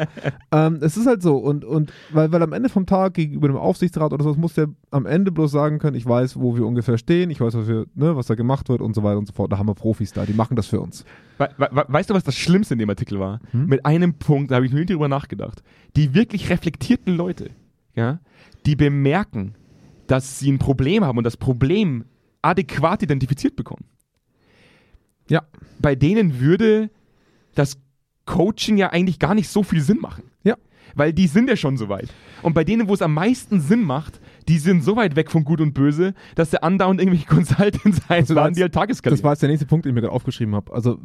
Speaker 2: ähm, es ist halt so und, und weil, weil am Ende vom Tag gegenüber dem Aufsichtsrat oder sowas muss der am Ende bloß sagen können, ich weiß, wo wir ungefähr stehen, ich weiß, was, wir, ne, was da gemacht wird und so weiter und so fort. Da haben wir Profis da, die machen das für uns.
Speaker 1: We we we- weißt du, was das Schlimmste in dem Artikel war?
Speaker 2: Hm?
Speaker 1: Mit einem Punkt, da habe ich noch nie drüber nachgedacht. Die wirklich reflektierten Leute, ja, die bemerken, dass sie ein Problem haben und das Problem adäquat identifiziert bekommen.
Speaker 2: Ja.
Speaker 1: Bei denen würde das Coaching ja eigentlich gar nicht so viel Sinn machen.
Speaker 2: Ja.
Speaker 1: Weil die sind ja schon so weit. Und bei denen, wo es am meisten Sinn macht, die sind so weit weg von Gut und Böse, dass der andauernd irgendwelche Consultants einladen,
Speaker 2: jetzt-
Speaker 1: die halt Tageskalender.
Speaker 2: Das war jetzt der nächste Punkt, den ich mir gerade aufgeschrieben habe. Also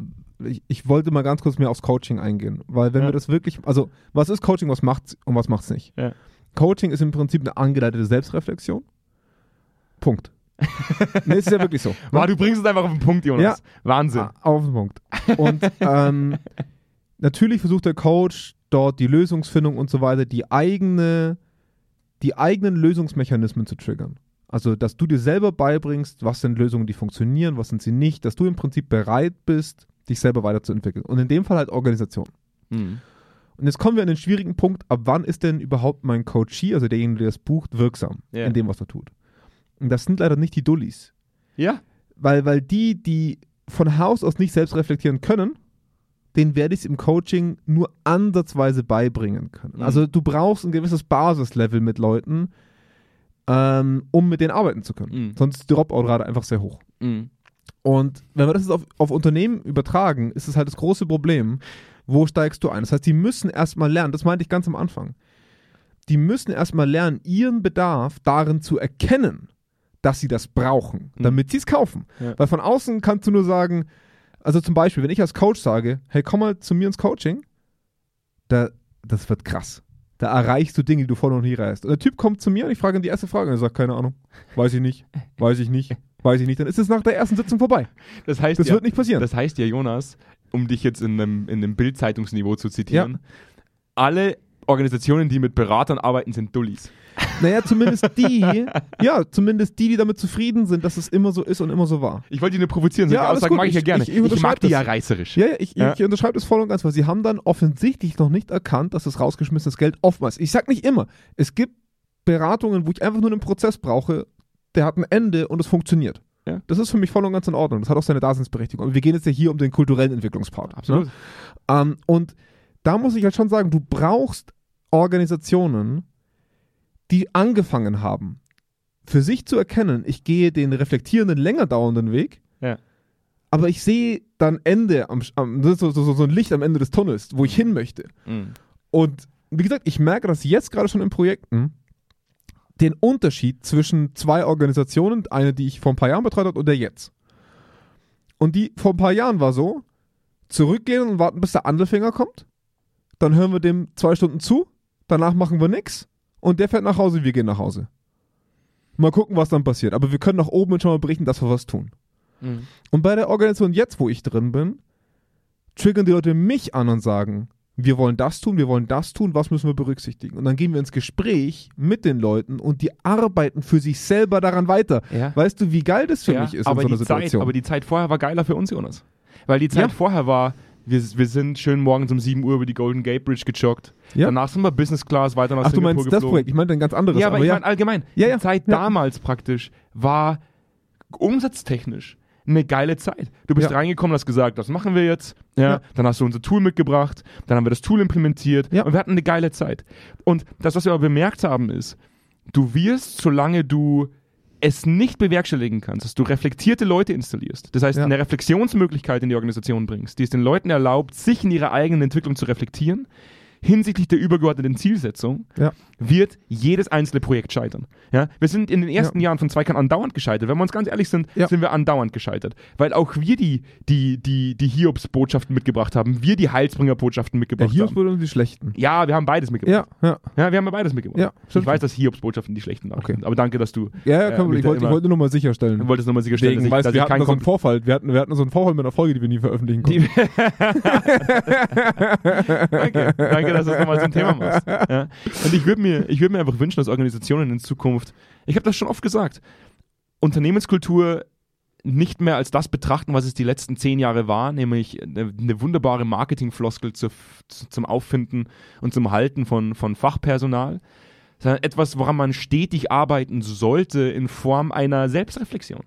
Speaker 2: ich, ich wollte mal ganz kurz mehr aufs Coaching eingehen, weil wenn
Speaker 1: Ja.
Speaker 2: wir das wirklich, also was ist Coaching, was macht's und was macht's nicht?
Speaker 1: Ja.
Speaker 2: Coaching ist im Prinzip eine angeleitete Selbstreflexion. Punkt. nee, ist ja wirklich so.
Speaker 1: Wow, du bringst es einfach auf den Punkt, Jonas. Wahnsinn.
Speaker 2: Ah, Auf den Punkt. Und ähm, natürlich versucht der Coach dort die Lösungsfindung und so weiter, die eigene, die eigenen Lösungsmechanismen zu triggern. Also, dass du dir selber beibringst, was sind Lösungen, die funktionieren, was sind sie nicht, dass du im Prinzip bereit bist, dich selber weiterzuentwickeln. Und in dem Fall halt Organisation.
Speaker 1: Mhm.
Speaker 2: Und jetzt kommen wir an den schwierigen Punkt, ab wann ist denn überhaupt mein Coachee, also derjenige, der das bucht, wirksam
Speaker 1: Ja.
Speaker 2: in dem, was er tut? Und das sind leider nicht die Dullis
Speaker 1: Ja.
Speaker 2: weil, weil die, die von Haus aus nicht selbst reflektieren können, den werde ich es im Coaching nur ansatzweise beibringen können.
Speaker 1: Mhm.
Speaker 2: Also du brauchst ein gewisses Basislevel mit Leuten, ähm, um mit denen arbeiten zu können.
Speaker 1: Mhm.
Speaker 2: Sonst ist die Dropout-Rate einfach sehr hoch.
Speaker 1: Mhm.
Speaker 2: Und wenn wir das jetzt auf, auf Unternehmen übertragen, ist es halt das große Problem, wo steigst du ein? Das heißt, die müssen erstmal lernen, das meinte ich ganz am Anfang, die müssen erstmal lernen, ihren Bedarf darin zu erkennen, dass sie das brauchen,
Speaker 1: Mhm.
Speaker 2: damit sie es kaufen.
Speaker 1: Ja.
Speaker 2: Weil von außen kannst du nur sagen, also zum Beispiel, wenn ich als Coach sage, hey, komm mal zu mir ins Coaching, da, das wird krass. Da erreichst du Dinge, die du vorher noch nie erreichst. Und der Typ kommt zu mir und ich frage ihn die erste Frage und er sagt, keine Ahnung, weiß ich nicht, weiß ich nicht, weiß ich nicht. Dann ist es nach der ersten Sitzung vorbei.
Speaker 1: Das heißt,
Speaker 2: Das
Speaker 1: ja,
Speaker 2: wird nicht passieren.
Speaker 1: das heißt ja, Jonas, um dich jetzt in einem, in einem Bild-Zeitungsniveau zu zitieren, alle Organisationen, die mit Beratern arbeiten, sind Dullis.
Speaker 2: Naja, zumindest die, ja, zumindest die, die damit zufrieden sind, dass es immer so ist und immer so war.
Speaker 1: Ich wollte dich nur provozieren, so
Speaker 2: Ja,
Speaker 1: eine
Speaker 2: alles
Speaker 1: Aussage
Speaker 2: gut.
Speaker 1: mag ich ja
Speaker 2: Ich-
Speaker 1: gerne.
Speaker 2: ich-
Speaker 1: Ich,
Speaker 2: ich unterschreibe
Speaker 1: mag die ja
Speaker 2: das.
Speaker 1: reißerisch.
Speaker 2: Ja, ja, ich,
Speaker 1: Ja.
Speaker 2: ich unterschreibe das voll und ganz, weil sie haben dann offensichtlich noch nicht erkannt, dass das rausgeschmissenes Geld oftmals, ich sag nicht immer, es gibt Beratungen, wo ich einfach nur einen Prozess brauche, der hat ein Ende und es funktioniert.
Speaker 1: Ja.
Speaker 2: Das ist für mich voll und ganz in Ordnung. Das hat auch seine Daseinsberechtigung. Und wir gehen jetzt ja hier um den kulturellen Entwicklungspart.
Speaker 1: Absolut.
Speaker 2: Ne? Ähm, und da muss ich halt schon sagen, du brauchst Organisationen, die angefangen haben, für sich zu erkennen, ich gehe den reflektierenden, länger dauernden Weg,
Speaker 1: Ja.
Speaker 2: aber ich sehe dann Ende, am, Sch- am, das ist so, so, so ein Licht am Ende des Tunnels, wo ich hin möchte.
Speaker 1: Mhm.
Speaker 2: Und wie gesagt, ich merke das jetzt gerade schon in Projekten, den Unterschied zwischen zwei Organisationen, eine, die ich vor ein paar Jahren betreut habe und der jetzt. Und die vor ein paar Jahren war so, zurückgehen und warten, bis der Andelfinger kommt, dann hören wir dem zwei Stunden zu, danach machen wir nichts und der fährt nach Hause, wir gehen nach Hause. Mal gucken, was dann passiert. Aber wir können nach oben schon mal berichten, dass wir was tun.
Speaker 1: Mhm.
Speaker 2: Und bei der Organisation jetzt, wo ich drin bin, triggern die Leute mich an und sagen, wir wollen das tun, wir wollen das tun, was müssen wir berücksichtigen? Und dann gehen wir ins Gespräch mit den Leuten und die arbeiten für sich selber daran weiter.
Speaker 1: Ja.
Speaker 2: Weißt du, wie geil das für
Speaker 1: Ja,
Speaker 2: mich ist
Speaker 1: aber
Speaker 2: in so einer
Speaker 1: die Zeit,
Speaker 2: Situation?
Speaker 1: aber die Zeit vorher war geiler für uns, Jonas. Weil die Zeit
Speaker 2: Ja.
Speaker 1: vorher war, wir, wir sind schön morgens um 7 Uhr über die Golden Gate Bridge gejoggt.
Speaker 2: Ja.
Speaker 1: Danach sind wir Business Class weiter nach
Speaker 2: Ach, du
Speaker 1: Singapur
Speaker 2: meinst das
Speaker 1: geflogen.
Speaker 2: Projekt? Ich meinte ein ganz anderes.
Speaker 1: Ja, aber,
Speaker 2: aber
Speaker 1: ich
Speaker 2: ja.
Speaker 1: meine allgemein.
Speaker 2: Ja, ja,
Speaker 1: Die Zeit
Speaker 2: ja.
Speaker 1: damals praktisch war umsatztechnisch eine geile Zeit. Du bist
Speaker 2: Ja.
Speaker 1: reingekommen, hast gesagt, das machen wir jetzt. Ja,
Speaker 2: Ja.
Speaker 1: Dann hast du unser Tool mitgebracht, dann haben wir das Tool implementiert
Speaker 2: Ja.
Speaker 1: und wir hatten eine geile Zeit. Und das, was wir aber bemerkt haben, ist, du wirst, solange du es nicht bewerkstelligen kannst, dass du reflektierte Leute installierst, das heißt
Speaker 2: Ja.
Speaker 1: eine Reflexionsmöglichkeit in die Organisation bringst, die es den Leuten erlaubt, sich in ihrer eigenen Entwicklung zu reflektieren, hinsichtlich der übergeordneten Zielsetzung,
Speaker 2: Ja.
Speaker 1: wird jedes einzelne Projekt scheitern. Ja? Wir sind in den ersten Jahren von Zweikern andauernd gescheitert. Wenn wir uns ganz ehrlich sind,
Speaker 2: Ja.
Speaker 1: sind wir andauernd gescheitert. Weil auch wir die, die, die, die Hiobs-Botschaften mitgebracht haben, wir die Heilsbringer-Botschaften
Speaker 2: Der
Speaker 1: mitgebracht
Speaker 2: Hiobs
Speaker 1: haben.
Speaker 2: wurde uns die Schlechten.
Speaker 1: Ja, wir haben beides mitgebracht.
Speaker 2: Ja, ja.
Speaker 1: Ja, wir haben ja beides mitgebracht.
Speaker 2: Ja,
Speaker 1: ich
Speaker 2: stimmt.
Speaker 1: weiß, dass Hiobs-Botschaften die schlechten Nachrichten
Speaker 2: Okay.
Speaker 1: sind. Aber danke, dass du
Speaker 2: Ja, ja,
Speaker 1: Äh,
Speaker 2: kein Problem.
Speaker 1: mit
Speaker 2: ich
Speaker 1: der
Speaker 2: wollte, ich
Speaker 1: immer-
Speaker 2: wollte nur mal sicherstellen.
Speaker 1: du wolltest nochmal sicherstellen,
Speaker 2: Wegen,
Speaker 1: dass
Speaker 2: weißt,
Speaker 1: ich, dass
Speaker 2: wir
Speaker 1: ich
Speaker 2: hatten
Speaker 1: keinen
Speaker 2: da so einen
Speaker 1: Kom
Speaker 2: Vorfall. Wir hatten, wir hatten so einen Vorfall mit einer Folge, die wir nie veröffentlichen konnten.
Speaker 1: die danke, danke, dass du das nochmal zum Thema machst. Ja. Und ich würde mir, ich würd mir einfach wünschen, dass Organisationen in Zukunft, ich habe das schon oft gesagt, Unternehmenskultur nicht mehr als das betrachten, was es die letzten zehn Jahre war, nämlich eine, eine wunderbare Marketingfloskel zur, zu, zum Auffinden und zum Halten von, von Fachpersonal, sondern etwas, woran man stetig arbeiten sollte in Form einer Selbstreflexion.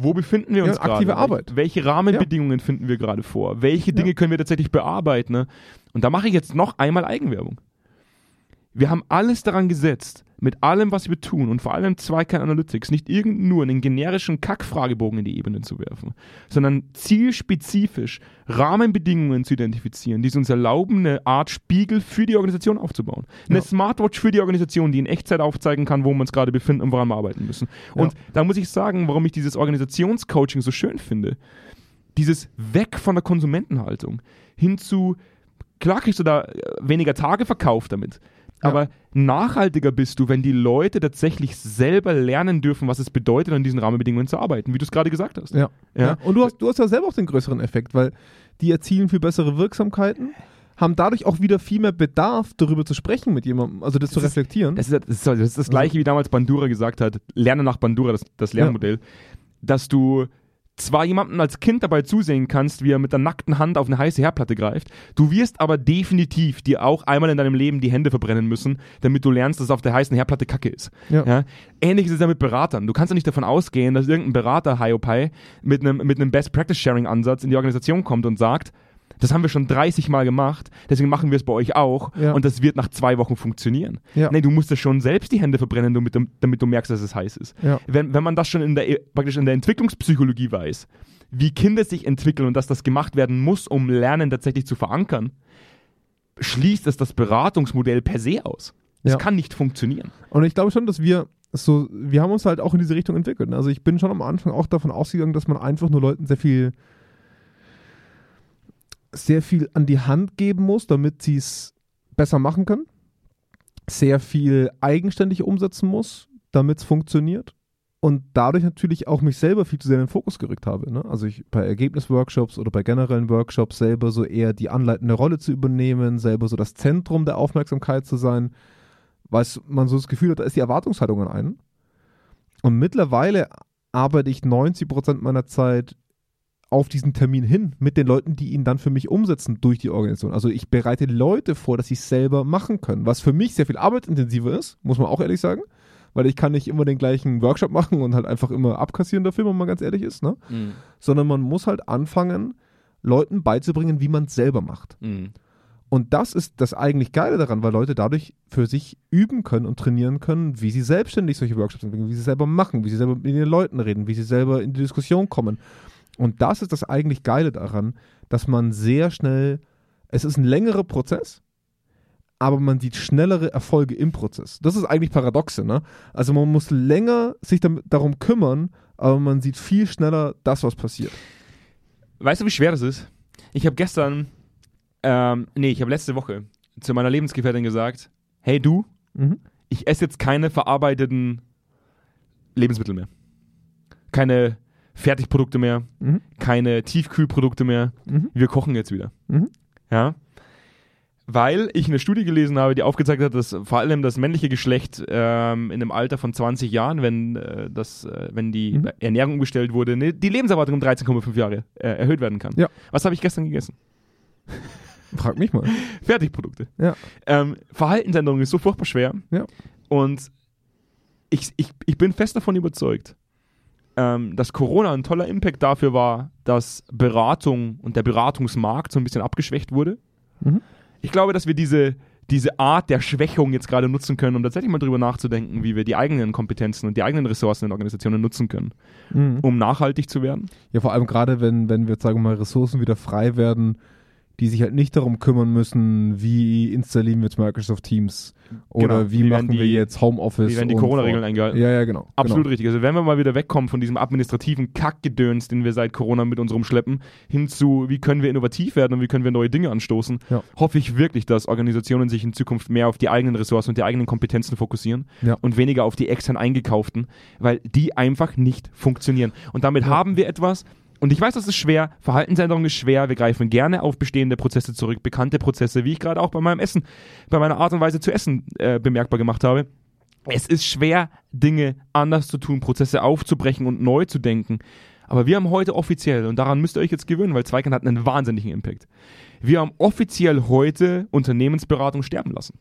Speaker 1: Wo befinden wir
Speaker 2: Ja,
Speaker 1: uns gerade?
Speaker 2: aktive Arbeit.
Speaker 1: Welche Rahmenbedingungen finden wir gerade vor? Welche Dinge können wir tatsächlich bearbeiten? Ne? Und da mache ich jetzt noch einmal Eigenwerbung. Wir haben alles daran gesetzt, mit allem, was wir tun und vor allem Zweikern Analytics, nicht irgend nur einen generischen Kack-Fragebogen in die Ebene zu werfen, sondern zielspezifisch Rahmenbedingungen zu identifizieren, die es uns erlauben, eine Art Spiegel für die Organisation aufzubauen. Eine
Speaker 2: Ja.
Speaker 1: Smartwatch für die Organisation, die in Echtzeit aufzeigen kann, wo wir uns gerade befinden und woran wir arbeiten müssen. Und da muss ich sagen, warum ich dieses Organisationscoaching so schön finde dieses Weg von der Konsumentenhaltung hin zu, klar kriegst du da äh, weniger Tage verkauft damit,
Speaker 2: Ja.
Speaker 1: aber nachhaltiger bist du, wenn die Leute tatsächlich selber lernen dürfen, was es bedeutet, an diesen Rahmenbedingungen zu arbeiten, wie du es gerade gesagt hast.
Speaker 2: Ja.
Speaker 1: Ja.
Speaker 2: Ja. Und du hast, du hast ja selber auch den größeren Effekt, weil die erzielen viel bessere Wirksamkeiten, haben dadurch auch wieder viel mehr Bedarf, darüber zu sprechen mit jemandem, also das, zu
Speaker 1: ist-
Speaker 2: reflektieren.
Speaker 1: Das, ist, das, ist, also, das ist das gleiche, wie damals Bandura gesagt hat, lerne nach Bandura, das, das Lernmodell, dass du zwar jemandem als Kind dabei zusehen kannst, wie er mit der nackten Hand auf eine heiße Herdplatte greift, du wirst aber definitiv dir auch einmal in deinem Leben die Hände verbrennen müssen, damit du lernst, dass auf der heißen Herdplatte Kacke ist.
Speaker 2: Ja.
Speaker 1: Ähnlich ist es ja mit Beratern. Du kannst ja nicht davon ausgehen, dass irgendein Berater, Hiopai, mit einem, mit einem Best-Practice-Sharing-Ansatz in die Organisation kommt und sagt, das haben wir schon 30 Mal gemacht, deswegen machen wir es bei euch auch
Speaker 2: Ja.
Speaker 1: und das wird nach zwei Wochen funktionieren.
Speaker 2: Ja.
Speaker 1: Nee, du musst das schon selbst die Hände verbrennen, damit, du- damit du merkst, dass es heiß ist.
Speaker 2: Ja.
Speaker 1: Wenn, wenn man das schon in der, E, praktisch in der Entwicklungspsychologie weiß, wie Kinder sich entwickeln und dass das gemacht werden muss, um Lernen tatsächlich zu verankern, schließt es das Beratungsmodell per se aus. Das
Speaker 2: Ja.
Speaker 1: kann nicht funktionieren.
Speaker 2: Und ich glaube schon, dass wir so, wir haben uns halt auch in diese Richtung entwickelt. ne? Also ich bin schon am Anfang auch davon ausgegangen, dass man einfach nur Leuten sehr viel, sehr viel an die Hand geben muss, damit sie es besser machen können. Sehr viel eigenständig umsetzen muss, damit es funktioniert. Und dadurch natürlich auch mich selber viel zu sehr in den Fokus gerückt habe. Ne? Also ich bei Ergebnisworkshops oder bei generellen Workshops selber so eher die anleitende Rolle zu übernehmen, selber so das Zentrum der Aufmerksamkeit zu sein weil es- man so das Gefühl hat, da ist die Erwartungshaltung an einen. Und mittlerweile arbeite ich 90% meiner Zeit auf diesen Termin hin mit den Leuten, die ihn dann für mich umsetzen durch die Organisation. Also ich bereite Leute vor, dass sie es selber machen können, was für mich sehr viel arbeitsintensiver ist, muss man auch ehrlich sagen, weil ich kann nicht immer den gleichen Workshop machen und halt einfach immer abkassieren dafür, wenn man ganz ehrlich ist, ne? sondern man muss halt anfangen, Leuten beizubringen, wie man es selber macht. Und das ist das eigentlich Geile daran, weil Leute dadurch für sich üben können und trainieren können, wie sie selbstständig solche Workshops entwickeln, wie sie selber machen, wie sie selber mit den Leuten reden, wie sie selber in die Diskussion kommen. Und das ist das eigentlich Geile daran, dass man sehr schnell, es ist ein längerer Prozess, aber man sieht schnellere Erfolge im Prozess. Das ist eigentlich paradoxe, ne? Also man muss länger sich damit, darum kümmern, aber man sieht viel schneller das, was passiert.
Speaker 1: Weißt du, wie schwer das ist? Ich habe gestern, ähm, nee, ich habe letzte Woche zu meiner Lebensgefährtin gesagt, hey du, ich esse jetzt keine verarbeiteten Lebensmittel mehr. Keine Fertigprodukte mehr,
Speaker 2: Mhm.
Speaker 1: keine Tiefkühlprodukte mehr.
Speaker 2: Mhm.
Speaker 1: Wir kochen jetzt wieder.
Speaker 2: Mhm.
Speaker 1: Ja. Weil ich eine Studie gelesen habe, die aufgezeigt hat, dass vor allem das männliche Geschlecht ähm, in dem Alter von 20 Jahren, wenn, äh, das, äh, wenn die
Speaker 2: Mhm.
Speaker 1: Ernährung umgestellt wurde, ne, die Lebenserwartung um 13,5 Jahre äh, erhöht werden kann.
Speaker 2: Ja.
Speaker 1: Was habe ich gestern gegessen?
Speaker 2: Frag mich mal.
Speaker 1: Fertigprodukte.
Speaker 2: Ja.
Speaker 1: Ähm, Verhaltensänderung ist so furchtbar schwer.
Speaker 2: Ja.
Speaker 1: Und ich, ich, ich bin fest davon überzeugt, ähm, dass Corona ein toller Impact dafür war, dass Beratung und der Beratungsmarkt so ein bisschen abgeschwächt wurde.
Speaker 2: Mhm.
Speaker 1: Ich glaube, dass wir diese, diese Art der Schwächung jetzt gerade nutzen können, um tatsächlich mal drüber nachzudenken, wie wir die eigenen Kompetenzen und die eigenen Ressourcen in Organisationen nutzen können,
Speaker 2: Mhm.
Speaker 1: um nachhaltig zu werden.
Speaker 2: Ja, vor allem gerade, wenn, wenn wir, jetzt, sagen wir mal, Ressourcen wieder frei werden, die sich halt nicht darum kümmern müssen, wie installieren wir jetzt Microsoft Teams oder
Speaker 1: Genau.
Speaker 2: wie,
Speaker 1: Wie werden
Speaker 2: machen wir
Speaker 1: die-
Speaker 2: jetzt Homeoffice.
Speaker 1: Wie werden die
Speaker 2: und-
Speaker 1: Corona-Regeln eingehalten?
Speaker 2: Ja, ja, genau.
Speaker 1: Absolut
Speaker 2: Genau.
Speaker 1: richtig. Also wenn wir mal wieder wegkommen von diesem administrativen Kackgedöns, den wir seit Corona mit uns rumschleppen, hin zu, wie können wir innovativ werden und wie können wir neue Dinge anstoßen,
Speaker 2: Ja.
Speaker 1: hoffe ich wirklich, dass Organisationen sich in Zukunft mehr auf die eigenen Ressourcen und die eigenen Kompetenzen fokussieren
Speaker 2: Ja.
Speaker 1: und weniger auf die extern eingekauften, weil die einfach nicht funktionieren. Und damit haben wir etwas. Und ich weiß, das ist schwer. Verhaltensänderung ist schwer. Wir greifen gerne auf bestehende Prozesse zurück, bekannte Prozesse, wie ich gerade auch bei meinem Essen, bei meiner Art und Weise zu essen äh, bemerkbar gemacht habe. Es ist schwer, Dinge anders zu tun, Prozesse aufzubrechen und neu zu denken. Aber wir haben heute offiziell, und daran müsst ihr euch jetzt gewöhnen, weil Zweikern hat einen wahnsinnigen Impact. Wir haben offiziell heute Unternehmensberatung sterben lassen.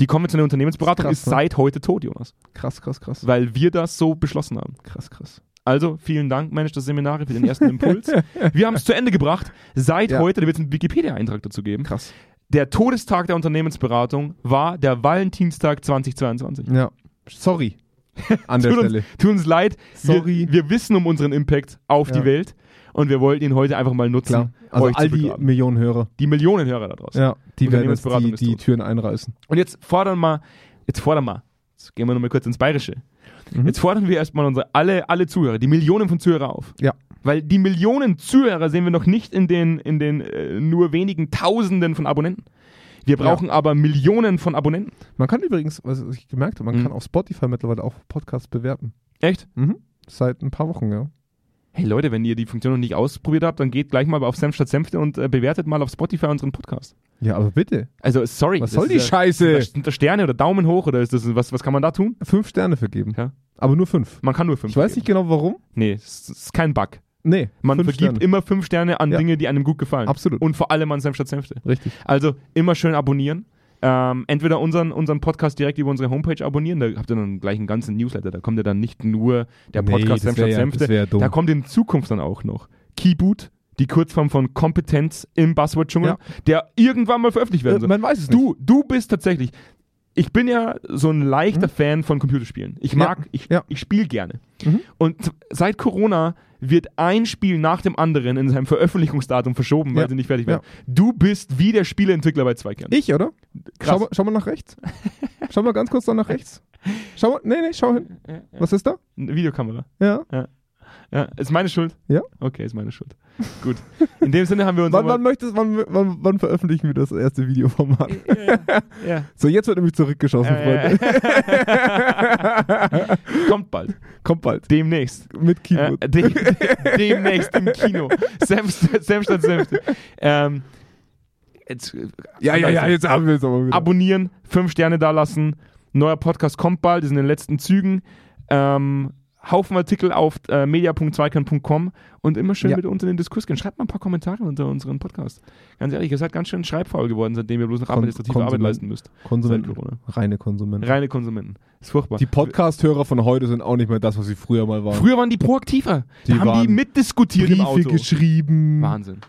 Speaker 1: Die konventionelle Unternehmensberatung
Speaker 2: Krass,
Speaker 1: ist
Speaker 2: ne?
Speaker 1: seit heute tot, Jonas,
Speaker 2: Krass, krass, krass.
Speaker 1: weil wir das so beschlossen haben.
Speaker 2: Krass, krass.
Speaker 1: Also vielen Dank, Mensch, das Seminare für den ersten Impuls. wir haben es zu Ende gebracht. Seit
Speaker 2: Ja.
Speaker 1: heute, da wird es einen Wikipedia-Eintrag dazu geben.
Speaker 2: Krass.
Speaker 1: Der Todestag der Unternehmensberatung war der Valentinstag 2022.
Speaker 2: Ja. Sorry. An der
Speaker 1: tut,
Speaker 2: Stelle.
Speaker 1: uns, tut uns leid.
Speaker 2: Sorry.
Speaker 1: Wir, wir wissen um unseren Impact auf
Speaker 2: Ja.
Speaker 1: die Welt und wir wollten ihn heute einfach mal nutzen.
Speaker 2: Klar. Also
Speaker 1: um euch
Speaker 2: all
Speaker 1: zu
Speaker 2: die
Speaker 1: begraben.
Speaker 2: Millionen Hörer.
Speaker 1: die Millionen Hörer da draußen.
Speaker 2: Ja. Die werden jetzt
Speaker 1: Unternehmensberatung
Speaker 2: die,
Speaker 1: ist
Speaker 2: die
Speaker 1: tot.
Speaker 2: Türen einreißen.
Speaker 1: Und jetzt fordern wir, jetzt fordern wir, jetzt gehen wir nochmal kurz ins Bayerische.
Speaker 2: Mhm.
Speaker 1: Jetzt fordern wir erstmal unsere, alle, alle Zuhörer, die Millionen von Zuhörer auf.
Speaker 2: Ja.
Speaker 1: Weil die Millionen Zuhörer sehen wir noch nicht in den, in den äh, nur wenigen Tausenden von Abonnenten. Wir brauchen aber Millionen von Abonnenten.
Speaker 2: Man kann übrigens, was ich gemerkt habe, man
Speaker 1: Mhm.
Speaker 2: kann auf Spotify mittlerweile auch Podcasts bewerten.
Speaker 1: Echt?
Speaker 2: Mhm. Seit ein paar Wochen, ja.
Speaker 1: Hey Leute, wenn ihr die Funktion noch nicht ausprobiert habt, dann geht gleich mal auf Senf statt Senfte und äh, bewertet mal auf Spotify unseren Podcast.
Speaker 2: Ja, aber bitte.
Speaker 1: Also, sorry.
Speaker 2: Was
Speaker 1: das
Speaker 2: soll
Speaker 1: ist
Speaker 2: die
Speaker 1: ja-
Speaker 2: Scheiße?
Speaker 1: Sind das Sterne oder Daumen hoch oder ist das, was, was kann man da tun?
Speaker 2: Fünf Sterne vergeben.
Speaker 1: Ja.
Speaker 2: Aber nur fünf.
Speaker 1: Man kann nur fünf.
Speaker 2: Ich weiß
Speaker 1: geben.
Speaker 2: nicht genau warum.
Speaker 1: Nee, es ist kein Bug.
Speaker 2: Nee.
Speaker 1: Man
Speaker 2: fünf
Speaker 1: vergibt
Speaker 2: Sterne.
Speaker 1: immer fünf Sterne an
Speaker 2: Ja.
Speaker 1: Dinge, die einem gut gefallen.
Speaker 2: Absolut.
Speaker 1: Und vor allem an Senf statt Senfte.
Speaker 2: Richtig.
Speaker 1: Also immer schön abonnieren. Ähm, entweder unseren, unseren Podcast direkt über unsere Homepage abonnieren, da habt ihr dann gleich einen ganzen Newsletter. Da kommt ja dann nicht nur der
Speaker 2: Nee,
Speaker 1: Podcast
Speaker 2: das
Speaker 1: Senf statt
Speaker 2: wär ja-
Speaker 1: Senfte.
Speaker 2: das wär ja dumm.
Speaker 1: Da kommt in Zukunft dann auch noch Keyboot, die Kurzform von Kompetenz im Buzzword-Dschungel,
Speaker 2: Ja.
Speaker 1: der irgendwann mal veröffentlicht werden
Speaker 2: Äh,
Speaker 1: soll.
Speaker 2: man weiß es nicht.
Speaker 1: Du, du bist tatsächlich. Ich bin ja so ein leichter Fan von Computerspielen. Ich mag, ich,
Speaker 2: Mhm. ja.
Speaker 1: ich spiele gerne.
Speaker 2: Mhm.
Speaker 1: Und seit Corona wird ein Spiel nach dem anderen in seinem Veröffentlichungsdatum verschoben, weil
Speaker 2: Ja.
Speaker 1: sie nicht fertig werden. Du bist wie der Spieleentwickler bei Zweikern.
Speaker 2: Ich, oder?
Speaker 1: Krass.
Speaker 2: Schau, mal- schau mal nach rechts. Schau mal ganz kurz dann nach rechts. Schau mal, nee, nee, schau hin. Was ist da?
Speaker 1: Eine Videokamera.
Speaker 2: Ja.
Speaker 1: Ja, ist meine Schuld?
Speaker 2: Ja.
Speaker 1: Okay, ist meine Schuld. Gut. In dem Sinne haben wir uns.
Speaker 2: Wann, wann,
Speaker 1: nochmal-
Speaker 2: möchtest, wann, wann, wann veröffentlichen wir das erste Videoformat?
Speaker 1: ja.
Speaker 2: So, jetzt wird nämlich zurückgeschossen,
Speaker 1: Äh,
Speaker 2: Freunde.
Speaker 1: Kommt bald.
Speaker 2: Kommt bald.
Speaker 1: Demnächst.
Speaker 2: Mit Keyboard.
Speaker 1: Äh, dem, demnächst im Kino. Senf, Senf statt Senf. Ähm, jetzt, äh,
Speaker 2: ja, ja, ja, jetzt haben wir es aber wieder.
Speaker 1: abonnieren, fünf Sterne dalassen. Neuer Podcast kommt bald, ist in den letzten Zügen. Ähm, Haufen Artikel auf äh, media.zweikern.com und immer schön
Speaker 2: Ja.
Speaker 1: mit uns in den Diskurs gehen. Schreibt mal ein paar Kommentare unter unseren Podcast. Ganz ehrlich, ihr seid ganz schön schreibfaul geworden, seitdem ihr bloß noch
Speaker 2: Kon-
Speaker 1: administrative Arbeit
Speaker 2: Konsumenten.
Speaker 1: leisten müsst.
Speaker 2: Konsumenten.
Speaker 1: Seit Corona.
Speaker 2: Reine Konsumenten.
Speaker 1: Reine Konsumenten. Ist furchtbar.
Speaker 2: Die Podcast-Hörer von heute sind auch nicht mehr das, was sie früher mal waren.
Speaker 1: Früher waren die proaktiver.
Speaker 2: Die
Speaker 1: da haben die
Speaker 2: waren
Speaker 1: mitdiskutiert im Auto.
Speaker 2: geschrieben.
Speaker 1: Wahnsinn.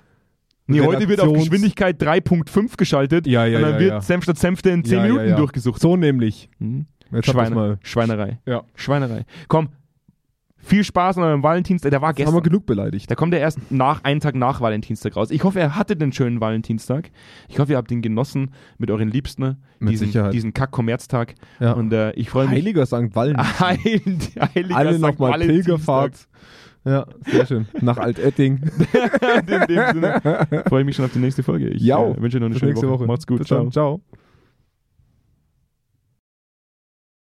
Speaker 1: Mhm. Nee, heute wird auf
Speaker 2: Redaktions-
Speaker 1: Geschwindigkeit 3.5 geschaltet
Speaker 2: Ja, ja,
Speaker 1: und dann
Speaker 2: ja,
Speaker 1: wird
Speaker 2: ja.
Speaker 1: Senf statt Senfte in 10
Speaker 2: Ja, ja,
Speaker 1: Minuten
Speaker 2: ja.
Speaker 1: durchgesucht.
Speaker 2: So nämlich.
Speaker 1: Mhm.
Speaker 2: Jetzt hab ich's
Speaker 1: Schweine,
Speaker 2: mal.
Speaker 1: Schweinerei.
Speaker 2: Ja.
Speaker 1: Schweinerei. Komm, viel Spaß an eurem Valentinstag. Der war
Speaker 2: Jetzt haben wir
Speaker 1: gestern.
Speaker 2: genug beleidigt.
Speaker 1: Da kommt er erst nach, einen Tag nach Valentinstag raus. Ich hoffe, er hattet den schönen Valentinstag. Ich hoffe, ihr habt ihn genossen mit euren Liebsten. ne?
Speaker 2: Mit
Speaker 1: diesen,
Speaker 2: Sicherheit.
Speaker 1: Diesen Kack-Kommerztag.
Speaker 2: Ja.
Speaker 1: Und äh, ich freue mich.
Speaker 2: Heiliger St. Wallen.
Speaker 1: Heil, Heiliger
Speaker 2: Alle
Speaker 1: St.
Speaker 2: nochmal
Speaker 1: Valentinstag.
Speaker 2: Pilgerfahrt. Ja, sehr schön. Nach Altetting.
Speaker 1: In dem Sinne freue ich mich schon auf die nächste Folge. Ich
Speaker 2: Jau.
Speaker 1: äh, wünsche dir noch eine
Speaker 2: Bis
Speaker 1: schöne
Speaker 2: nächste
Speaker 1: Woche. Macht's gut.
Speaker 2: Bis
Speaker 1: Ciao.
Speaker 2: dann. Ciao.